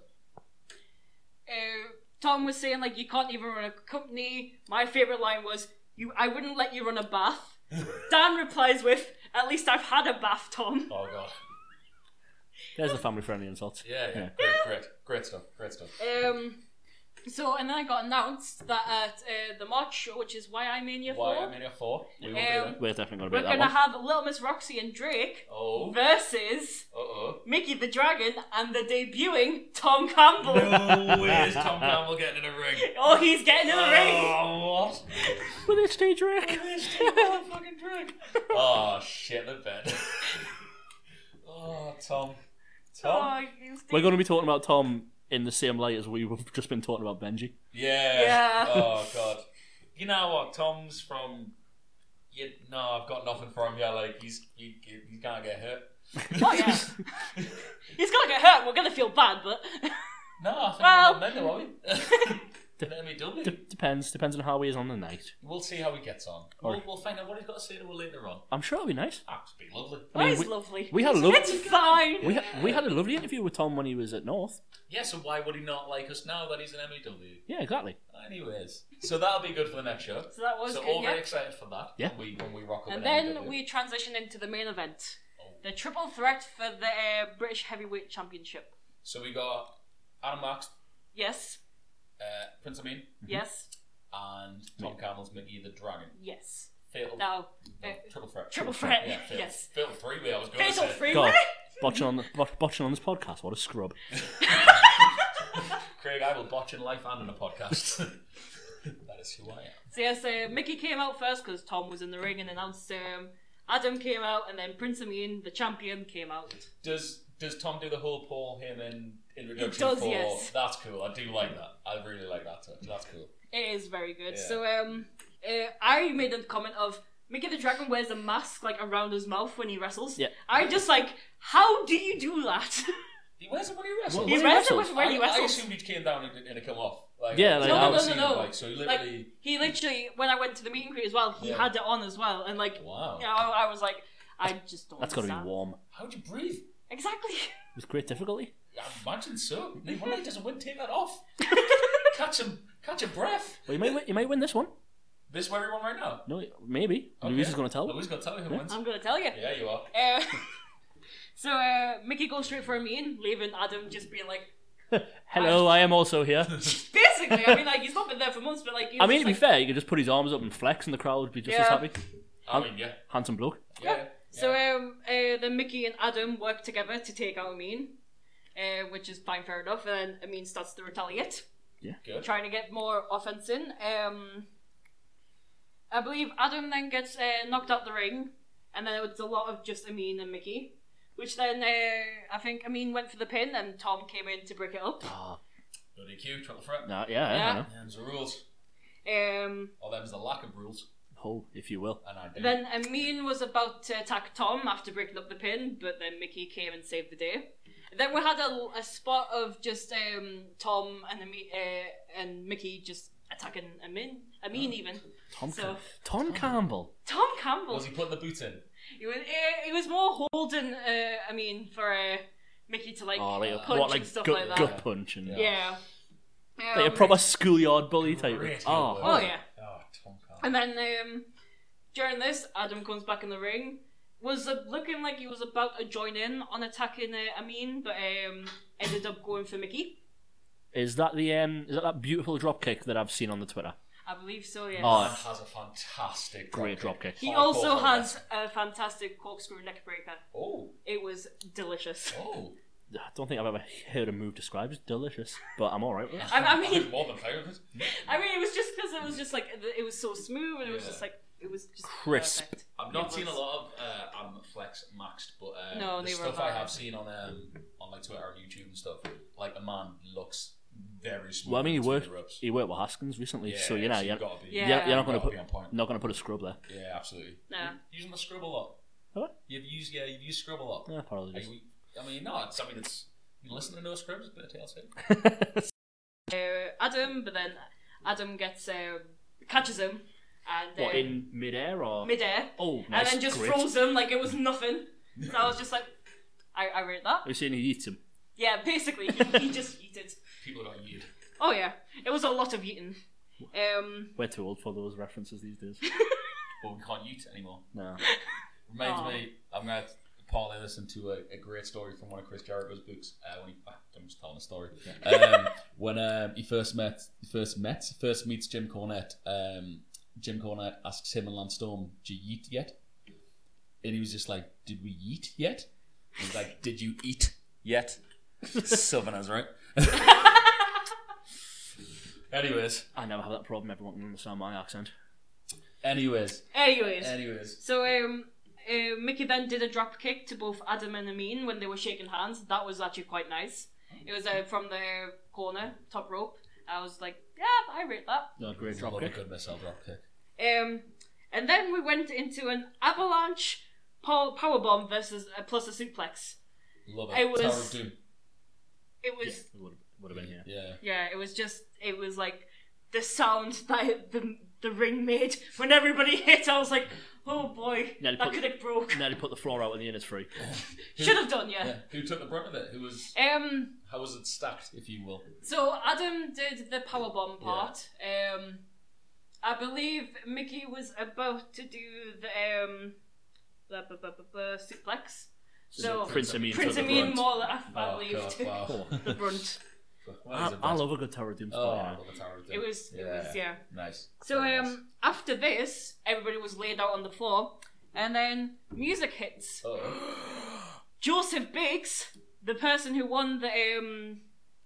uh, Tom was saying, like, you can't even run a company. My favourite line was, "You, I wouldn't let you run
(laughs)
a bath. Dan replies with, at least I've had a bath, Tom.
oh god.
there's the family-friendly insult.
Yeah, yeah.
Yeah.
Great, great, great stuff. Great stuff.
Um, so, and then I got announced that at uh, the March show, which is why I Mania 4,
Why I'm in a four? We will be
Um,
there.
We're definitely
we're
going to be
going
at
to
that one.
have Little Miss Roxy and Drake
Oh, uh
versus
oh.
Mickey the Dragon and the debuting Tom Campbell.
No way is Tom Campbell getting in a ring.
Oh, he's getting in the ring.
Oh, what?
Will it
(laughs)
stay Drake?
fucking
(laughs)
drink. Oh shit, the bed. (laughs) oh, Tom. Tom.
Oh, he's-
We're going to be talking about Tom in the same light as we've just been talking about Benji.
Yeah.
Yeah. (laughs)
Oh god. You know what? Tom's from. You, no, I've got nothing for him. Yeah, like he's he, he can't get hurt.
(laughs) Oh, yeah. he's gonna get hurt. We're gonna feel bad, but
(laughs)
(laughs)
No, I think
Well-
we're not meant to, are we?
(laughs)
to the MEW.
D- depends. Depends on how he is on the night.
We'll see how he gets on.
Or-
We'll, we'll find out what he's got to say to her later on.
I'm sure it'll be nice.
Ah, it's been lovely.
I mean,
that is
we-
lovely.
we had a
It's
lovely-
fine.
We, ha- we had a lovely interview with Tom when he was at North.
Yeah, so why would he not like us now that he's an MEW?
Yeah, exactly.
Anyways, so that'll be good for the next show.
so that was
so
good.
all very
Yeah.
excited for that.
Yeah.
When we, when we rock up
And
an E
then
MEW.
we transitioned into the main event,
Oh.
the triple threat for the uh, British Heavyweight Championship.
So we got Adam Max,
Yes,
uh, Prince Amin,
Mm-hmm.
yes,
and Tom Campbell's Mickey the Dragon.
yes.
Fatal.
Now, uh,
no, triple threat.
triple threat.
Yeah, fatal,
yes.
Fatal three way, I was going
Fatal
to say.
freeway. (laughs)
God, botching on the, bot, botching on this podcast. What a scrub.
Craig, I will botch in life and in a podcast. (laughs) that is who I am.
So yes, uh, Mickey came out first because Tom was in the ring and announced um, Adam came out, and then Prince Amin, the champion, came out.
Does does Tom do the whole Paul Heyman introduction
does,
for
yes.
that's cool. I do like that. I really like that touch. That's cool.
It is very good.
Yeah.
So um, uh, I made a comment of Mickey the Dragon wears a mask like around his mouth when he wrestles.
Yeah.
I just like, how do you do that? (laughs)
He wears it when he wrestles.
Well,
he
he
wears it
wrestles.
with
I,
when he
I
wrestles.
assumed he'd came down and, and it come off. Like,
Yeah,
like,
like, No,
I
no,
was
no,
seeing
no,
it,
no.
Like, so he
Like
literally.
he literally, when I went to the meet and greet as well, he
Yeah.
had it on as well, and like,
wow.
you know, I was like, I just don't.
That's got to be
understand.
warm.
How'd you breathe?
(laughs) Exactly.
With great difficulty.
I imagine so. No wonder he doesn't win. Take that off. catch him. Catch a breath.
Well, you might, win- you might win this one.
This where we won right now.
No, maybe. Louise is going to tell.
Louise going to tell you who wins.
I'm gonna tell you.
Yeah, you are.
Uh, (laughs) so uh, Mickey goes straight for Amin, leaving Adam just being like,
(laughs) Hello, I am
(laughs)
also here.
basically. I mean, like he's not been there for months, but like, he
I
was
mean, to
just
be
like,
fair, you could just put his arms up and flex, and the crowd would be just as
Yeah.
happy.
I
Um,
mean, yeah.
Handsome bloke.
Yeah. yeah.
So um, uh, then Mickey and Adam work together to take out Amin, uh, which is fine, fair enough. And then Amin starts to retaliate,
Good.
trying to get more offense in. Um, I believe Adam then gets uh, knocked out the ring, and then it's a lot of just Amin and Mickey. Which then uh, I think Amin went for the pin, and Tom came in to break it up.
Ah,
Bloody Q, triple threat.
nah, yeah,
Yeah.
I know.
Them's the rules.
Um,
Or them's the lack of rules.
Oh, if you will.
And I do.
Then Amin was about to attack Tom after breaking up the pin, but then Mickey came and saved the day. Then we had a, a spot of just um, Tom and Ami- uh, and Mickey just attacking Amin, Amin even.
Oh, Tom,
So-
Cam- Tom Campbell.
Tom Campbell.
was he putting the boot in?
He was uh, he was more holding uh, Amin for uh, Mickey to like
Oh, like a,
punch
what,
and
like
stuff
gut,
like that.
gut punch and
Yeah.
like a
Um,
proper schoolyard bully type.
Great
Oh,
elbow.
Oh yeah.
Oh, Tom Carr.
And then um, during this, Adam comes back in the ring. Was uh, looking like he was about to join in on attacking uh, Amin, but um, ended up going for Mickey.
is that the um? Is that that beautiful drop kick that I've seen on the Twitter?
I believe so. Yes.
Oh,
Man has a fantastic
Great
drop kick.
dropkick.
he
Hardcore
also
for
has
wrestling.
a fantastic corkscrew neckbreaker.
Oh,
It was
(laughs)
delicious.
oh.
I don't think I've ever heard a move described as delicious, but I'm all right with it.
I, I mean,
more than favourite.
I mean, it was just because it was just like it was so smooth, and it was just like it was just
Crisp.
perfect.
I've not
It
seen a
was.
lot of uh, Adam Flex maxed, but uh,
No,
the
they were
stuff I
bad.
have seen on um, on like Twitter and YouTube and stuff, like the man looks very smooth.
Well, I mean, he
between
worked.
the ropes.
He worked with Haskins recently,
Yeah,
so you know,
you've
you're,
got to be.
Yeah.
you're, you're not going to
gotta
put
be on point.
not going to put a scrub there.
Yeah, absolutely.
Nah.
Using the scrub a lot.
What?
You've used yeah, you've used scrub a lot.
Yeah, probably.
Are you, I mean, no, it's, I mean, it's you listen to no scripts, but it tells it.
just-
Uh, Adam, but then Adam gets um, catches him and
what
uh,
in midair or?
midair.
oh, nice.
and then just
great.
froze him like it was nothing. So I was just like, I, I rate that.
You're saying he eats him.
Yeah, basically, he,
(laughs)
he just yeeted.
People got you.
Oh yeah, it was a lot of eating. Um,
We're too old for those references these days.
(laughs) Well, we can't ute anymore.
no.
Reminds
Aw.
me, I'm going to partly listen to a, a great story from one of Chris Jericho's books. Uh, when he, ah, I'm just telling a story. Um, when um, he first met, he first met, first meets Jim Cornette, um, Jim Cornette asks him and Lance Storm, "Do you eat yet?" And he was just like, "Did we eat yet?" And he's like, "Did you eat yet?" (laughs) Southerners, right? (laughs) anyways,
I never have that problem. Everyone can understand my accent.
anyways,
anyways,
anyways.
so um, uh, Mickey then did a drop kick to both Adam and Amin when they were shaking hands. That was actually quite nice. It was uh, from the corner, top rope. I was like, yeah, I rate that.
No, great
Love
drop
a
kick.
good missile drop kick.
Um, and then we went into an avalanche power bomb versus uh, plus a suplex.
Love it.
It was-
Tower of Doom.
It was
Yeah, would have been here.
Yeah.
Yeah, it was just it was like the sound that the, the ring made when everybody (laughs) hit. I was like, oh boy,
Now they
that
put-
could have
(laughs)
broke.
Now they put the floor out and the inn is free.
Should have done,
(laughs)
yeah.
Who took the brunt of it? Who was
Um,
how was it stacked, if you will?
so Adam did the power bomb part. Um, I believe Mickey was about to do the um, blah, blah, blah, blah, blah, suplex. So
Prince Amin
Prince
took the
Amin
brunt.
more than I
Oh,
believe
God, (laughs)
took
wow.
the brunt.
Why is
I,
it
I
bad?
love a good Tower of Doom
Oh,
spot,
I
yeah.
love the Tower of Doom.
It was, it was, yeah.
Nice.
So
Very nice. (gasps)
um, after this, everybody was laid out on the floor, and then music hits.
Oh,
Joseph Biggs, the person who won the um,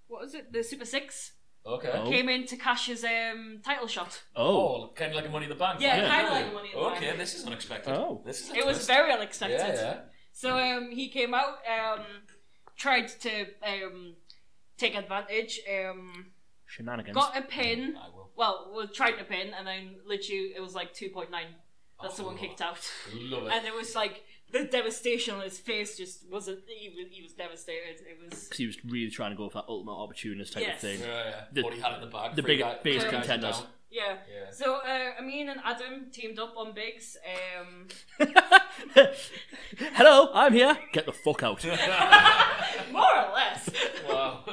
what was it, the Super Six,
okay.
Oh.
came in to cash his um title shot.
Oh,
Oh, kind of like a Money in the Bank.
Yeah,
right?
kind of like Money in the
Okay,
Bank.
this is unexpected.
Oh.
This is a
It was
twist.
very unexpected.
Yeah, yeah.
So um, he came out, um, tried to um, take advantage, um,
shenanigans.
got a pin.
I will.
Well, was trying to pin, and then literally it was like two point nine that someone
Oh.
kicked out. (laughs)
Love it.
and it was like the devastation on his face just wasn't he was, he was devastated it was
'Cause he was really trying to go for that ultimate opportunist type
Yes.
of
(laughs)
thing.
yeah, yeah.
The-
what he had in the bag.
the
three
big-
guy-
biggest
three guys
contenders.
down.
yeah
Yeah.
(laughs) so uh, Amin and Adam teamed up on Biggs um,
Hello, I'm here. Get the fuck out.
(laughs) more or
(laughs)
less
Wow.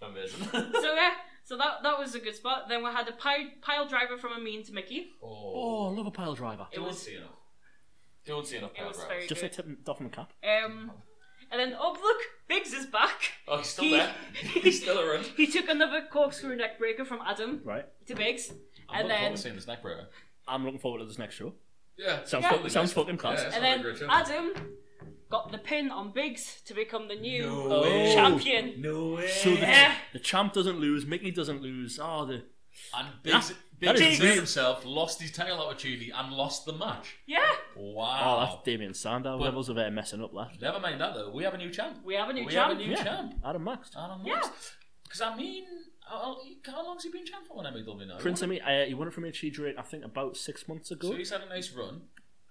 Amazing.
(laughs)
so yeah so that that was a good spot then we had a pile, pile driver from Amin to Mickey
Oh.
Oh, love a pile driver.
it
Don't
was
see enough. Don't see enough.
it was
paragraphs.
very
Just like
good
tip him off my cap.
um, and then oh look Biggs is back
Oh, he's still
He- (laughs)
there. He's still around.
he took another corkscrew neck breaker from Adam
Right.
to Biggs
I'm looking forward
and then
to seeing this neck breaker.
I'm looking forward to this next show.
Yeah.
Sounds,
Yeah.
fu- sounds fucking class.
Yeah.
and
Sounds like a
then
great show.
Adam got the pin on Biggs to become the new
No
way.
champion
No way.
So the,
Yeah.
the champ doesn't lose, Mickey doesn't lose. Oh, the
and Biggs,
that
Biggs
is
injured
great.
himself, lost his title opportunity, and lost the match.
Yeah,
oh,
Wow.
that's Damien Sandow
But-
levels of air messing up. That
Never mind that though. We have a new champ.
we have a new
we
champ.
have a new
Yeah.
champ.
Adam Max,
Adam
Yeah.
Because I mean, how, how long's he been champ for on MLW now?
Prince Ami, uh, he won it from HG I think about six months ago.
So he's had a nice run.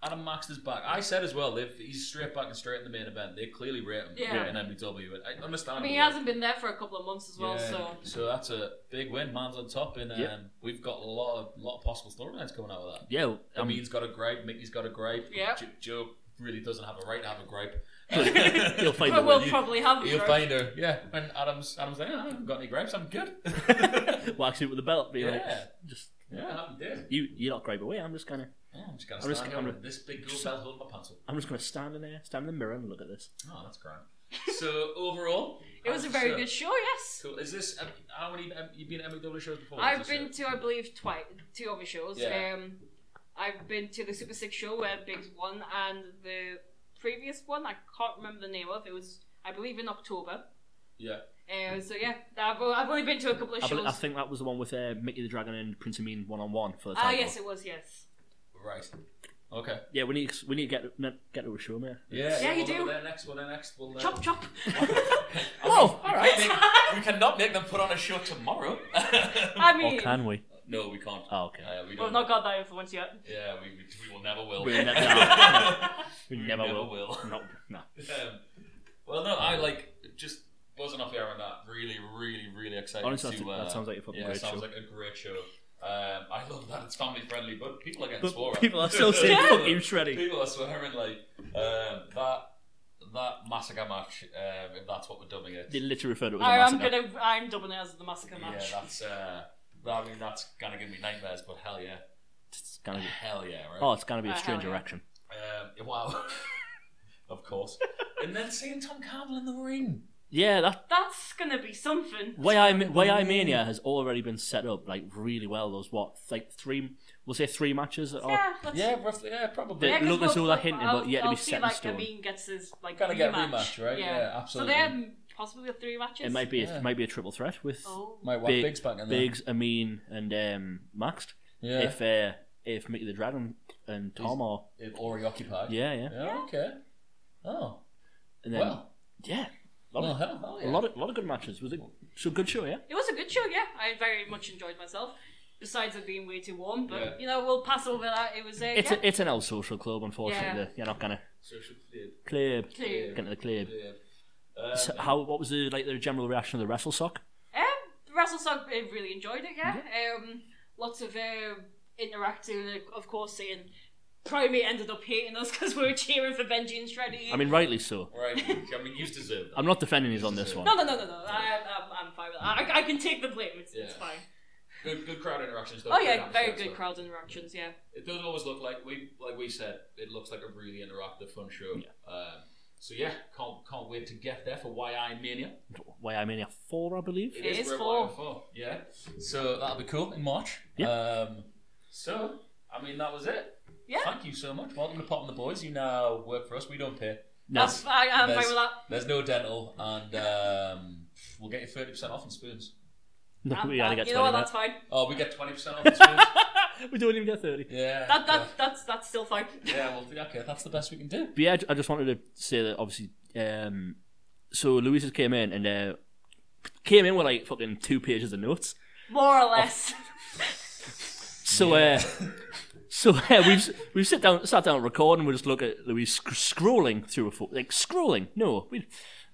Adam Max is back. I said as well, they've, he's straight back and straight in the main event. They clearly rate him
Yeah.
in MLW. and I understand.
I mean, he hasn't been there for a couple of months as well,
Yeah,
so
that's a big win. Man's on top, and um,
Yep.
we've got a lot of lot of possible storylines coming out of that.
yeah,
I
um, (laughs)
mean, he's got a gripe. Mickey's got a gripe.
Yep.
Jo- Joe really doesn't have a right to have a gripe.
(laughs) he'll find a
but (laughs) we'll
way.
probably have
(laughs) He'll
her.
find her. Yeah. And Adam's Adam's like, "Ah, I haven't got any gripes. I'm good. (laughs)
(laughs) Wax it with the belt, be like,
Yeah.
just
yeah, I'm good.
you, you not gripe away. I'm just gonna,
Oh, I'm just gonna
I'm
stand
just-
here
I'm-
with this big gold belt holding my pencil.
I'm just gonna stand in there, stand in the mirror and look at this.
Oh, that's
(laughs)
grand. So overall,
It was a very good show, yes.
Cool. Is this um, how many um, you've been at MW shows before?
I've
Is this
been
it?
to, I believe, twice two other shows.
Yeah.
Um, I've been to the Super Six show where Biggs won, and the previous one I can't remember the name of. It was, I believe, in October.
yeah.
Uh, so yeah, I've, o- I've only been to a couple of
I,
shows.
bel I think that was the one with uh, Mickey the Dragon and Prince Amin one on one for the
ah,
title.
yes, it was yes.
Right. Okay.
Yeah, we need we need to get no, get to a show, man.
Yeah.
Yeah, you
we'll
do.
go There next. Well, there next. Well, there.
Chop chop. (laughs)
Oh, all
I think we cannot make them put on a show tomorrow. (laughs)
I
Or
mean,
can we?
no, we can't.
Oh, okay.
Uh, we
we've
don't.
not got that influence yet.
yeah, we, we, we will never will.
We,
(laughs)
ne- no, we
We
never,
never
will.
will.
No, no.
Um, well, no, I like just buzzing off the air on that. Really, really, really excited.
Honestly,
to,
that-
uh,
that sounds like a fucking
yeah,
great
sounds
show.
like a great show. Um, I love that it's family friendly, but people are getting
But
swore at.
people are still
(laughs)
(laughs)
saying fucking shreddy.
People are swearing like um, that. That massacre match, um, if that's what we're dubbing it.
They literally referred to it as a
I am
massacre.
gonna. I'm doubling it as the massacre match.
Yeah, that's. Uh, I mean, that's gonna give me nightmares, but hell yeah,
It's gonna be,
hell yeah, right?
oh, it's gonna be
Uh,
a
hell
strange
yeah.
erection.
Um, wow. (laughs) of course. and then seeing Tom Campbell in the ring.
Yeah, that
That's gonna be something.
way I way I Mania has already been set up like really well. Those what like three we'll say three matches. Or,
Yeah, that's,
Yeah, roughly. Yeah, probably.
Yeah. it
because
looked as though
we'll-
they're hinting,
I'll-
but yet to
I'll
be
see,
set in
like,
stone.
Amin gets his like
Gotta
rematch.
get rematch, right? Yeah, absolutely.
So they have possibly three matches.
It might be
Yeah.
it might be a triple threat with
Oh,
My
Big-
Big's back in there.
Biggs, Amin, and um, Max.
Yeah.
If uh, if Mickey the Dragon and Tom are
if already occupied.
yeah yeah,
Yeah, Okay. Oh.
and then
well.
yeah, lot
Well,
of-
hell, hell yeah.
a lot of lot of good matches. Was it so good show? Yeah.
it was a good show. Yeah, I very much enjoyed myself. Besides it being way too warm, but
Yeah.
you know we'll pass over that. It was uh,
It's
yeah,
a, it's an old social club, unfortunately.
Yeah.
You're not gonna
Social club.
club
clear.
get into the club.
Yeah. Um,
So how what was the like the general reaction of the WrestleSock?
Um, Castle Song I really enjoyed it. Yeah, um, lots of uh, interacting, and of course, seeing Primate ended up hating us because we were cheering for Benji and Shreddy.
I mean, rightly so.
Right, I mean, you deserve that.
I'm not defending his on this one.
no, no, no, no, no. I, I'm, I'm fine with that. I, I can take the blame. It's, it's
Yeah.
fine.
Good, good crowd interactions. though.
Oh
Great
yeah,
atmosphere
very
and
good
stuff.
crowd interactions. Yeah.
It does always look like we, like we said, it looks like a really interactive, fun show. Um, so yeah, can't can't wait to get there for YI Mania.
Why I mean, four, I believe.
It is
Red
four.
Wire four. Yeah. So that'll be cool in March.
Yeah.
Um, so I mean that was it.
Yeah.
Thank you so much. Welcome to Pop and the Boys. You now work for us. We don't pay.
No,
That's fine. I'm fine
There's-
with that.
There's no dental, and um, we'll get you thirty percent off in
(laughs)
spoons.
(laughs) no,
I'm
we gotta
fine.
get
you know what?
20
That's fine.
Oh, we get twenty percent off in
(laughs)
spoons.
we don't even get 30.
yeah.
That, that, that's, that's still fine. (laughs)
yeah. yeah. Well, okay. That's the best we can do.
But yeah, I ju- I just wanted to say that obviously, um, so Louise just came in and uh, came in with like fucking two pages of notes.
More or less.
So, uh, (laughs) so uh, we've s- we've sit down, sat down, recording. We just look at Louise sc- scrolling through a fo- like scrolling. No, we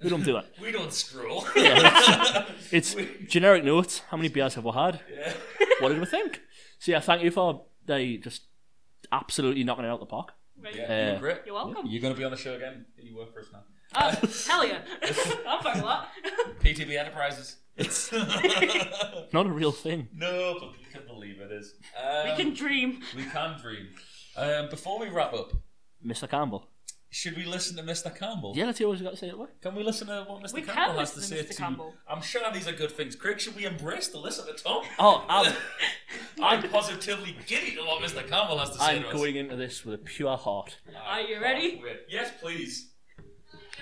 we don't do that.
We don't (laughs) scroll.
It's generic notes. How many beers have we had? What did we think? So yeah, thank you for they just absolutely knocking it out the park.
(laughs) Right.
yeah.
Uh,
You're great.
You're welcome.
You're going to be on the show again. You work for us now.
Oh, hell yeah. (laughs) I'm fine with that.
PTB Enterprises. (laughs)
(laughs)
Not a real thing.
no, but you can believe it is. Um,
we can dream.
We can dream. Um, before we wrap up,
Mr. Campbell.
should we listen to Mr. Campbell?
Yeah, that's what you got to say. It
Can we listen to what Mr.
We can
Campbell has to
listen
say
to Mr. Campbell.
I'm sure these are good things. Craig, should we embrace the listen to Tom?
(laughs) Oh, I'm,
(laughs) I'm positively giddy to what Mr. Campbell has to say
I'm
to
going into this with a pure heart.
us.
Are you ready?
Yes, please.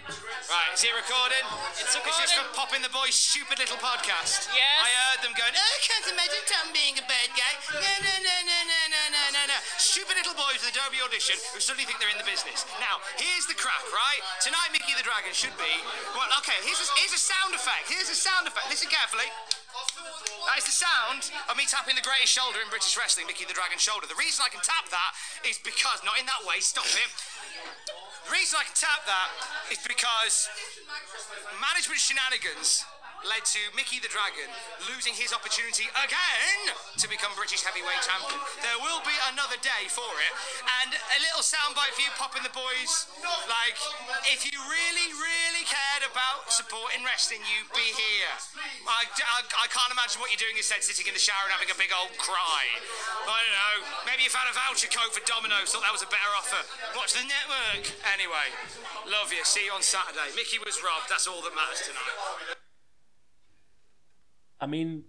Right, is it recording? It's recording. Is this for popping the boys' stupid little podcast? Yes. I heard them going, oh, I can't imagine Tom being a bad guy. No, no, no, no, no, no, no, no, no. Stupid little boys with a Derby audition who suddenly think they're in the business. Now, here's the crack, right? Tonight, Mickey the Dragon should be. Well, okay, here's a, here's a sound effect. Here's a sound effect. Listen carefully. That is the sound of me tapping the greatest shoulder in British wrestling, Mickey the Dragon shoulder. The reason I can tap that is because, not in that way, stop it. The reason I can tap that is because management shenanigans led to Mickey the Dragon losing his opportunity again to become British heavyweight champion. There will be another day for it, and a little soundbite for you, popping the boys. Like, if you really, really cared about supporting wrestling, you'd be here. I, I, I can't imagine what you're doing instead, sitting in the shower and having a big old cry. I don't know. Maybe you found a voucher code for Domino's, thought that was a better offer. Watch the network. Anyway, love you. See you on Saturday. Mickey was robbed. That's all that matters tonight.
I mean,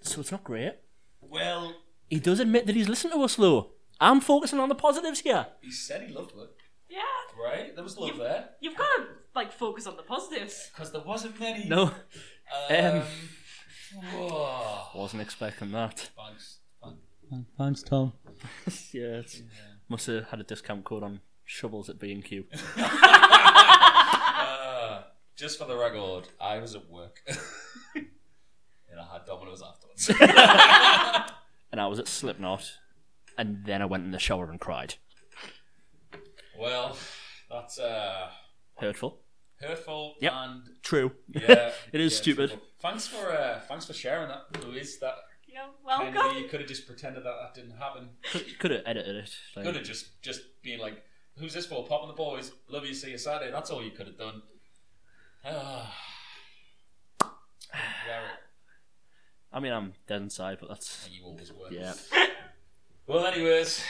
so it's not great.
Well,
He does admit that he's listened to us, though. I'm focusing on the positives here.
he said he loved it,
Yeah.
right? There was love there.
You've got to, like, focus on the positives.
Because there wasn't many.
No,
Um,
Um,
whoa.
wasn't expecting that. (laughs)
Thanks.
Thanks, Tom. yeah, it's- must have had a discount code on shovels at B and Q.
Just for the record, I was at work. (laughs) and I had Domino's
(laughs)
afterwards.
and I was at Slipknot, and then I went in the shower and cried.
well, that's uh,
Hurtful.
hurtful
Yep.
and
(laughs) True.
yeah,
It is
yeah,
stupid.
it's Thanks for uh, thanks for sharing that, Louise. That
You're
Oh,
kind
welcome.
of, you could have just pretended that that didn't happen.
Could have edited it. like-
Could have just just been like, "Who's this for?" Popping the boys. Love you. See you Saturday. That's all you could have done. (sighs) Ah. Jarrett,
I mean, I'm dead inside, but that's
you always were.
yeah.
(laughs) Well, anyways,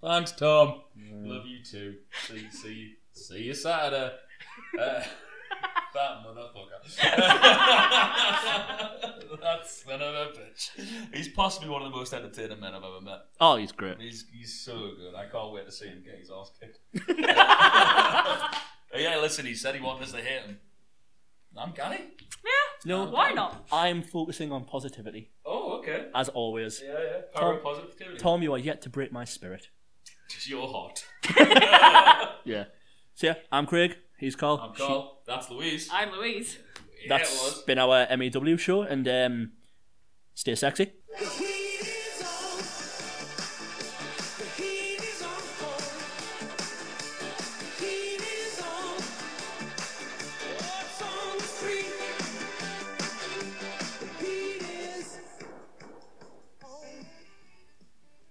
thanks, Tom. Love you too. See, see, see you Saturday. Uh, (laughs) that (laughs) motherfucker. That's son of a bitch. He's possibly one of the most entertaining men I've ever met.
Oh, he's great.
He's he's so good. I can't wait to see him get his ass kicked. yeah, listen. He said he wanted us to hit him. I'm Gary.
Yeah.
No,
Why not?
I'm focusing on positivity
Oh, okay.
as always.
Yeah, yeah. Power
Tom-
of positivity.
Tom, you are yet to break my spirit.
You're hot.
Yeah. So yeah, I'm Craig. He's Carl.
I'm Carl. That's Louise.
I'm Louise.
Yeah, it
That's
was.
been our MEW show, and um, stay sexy.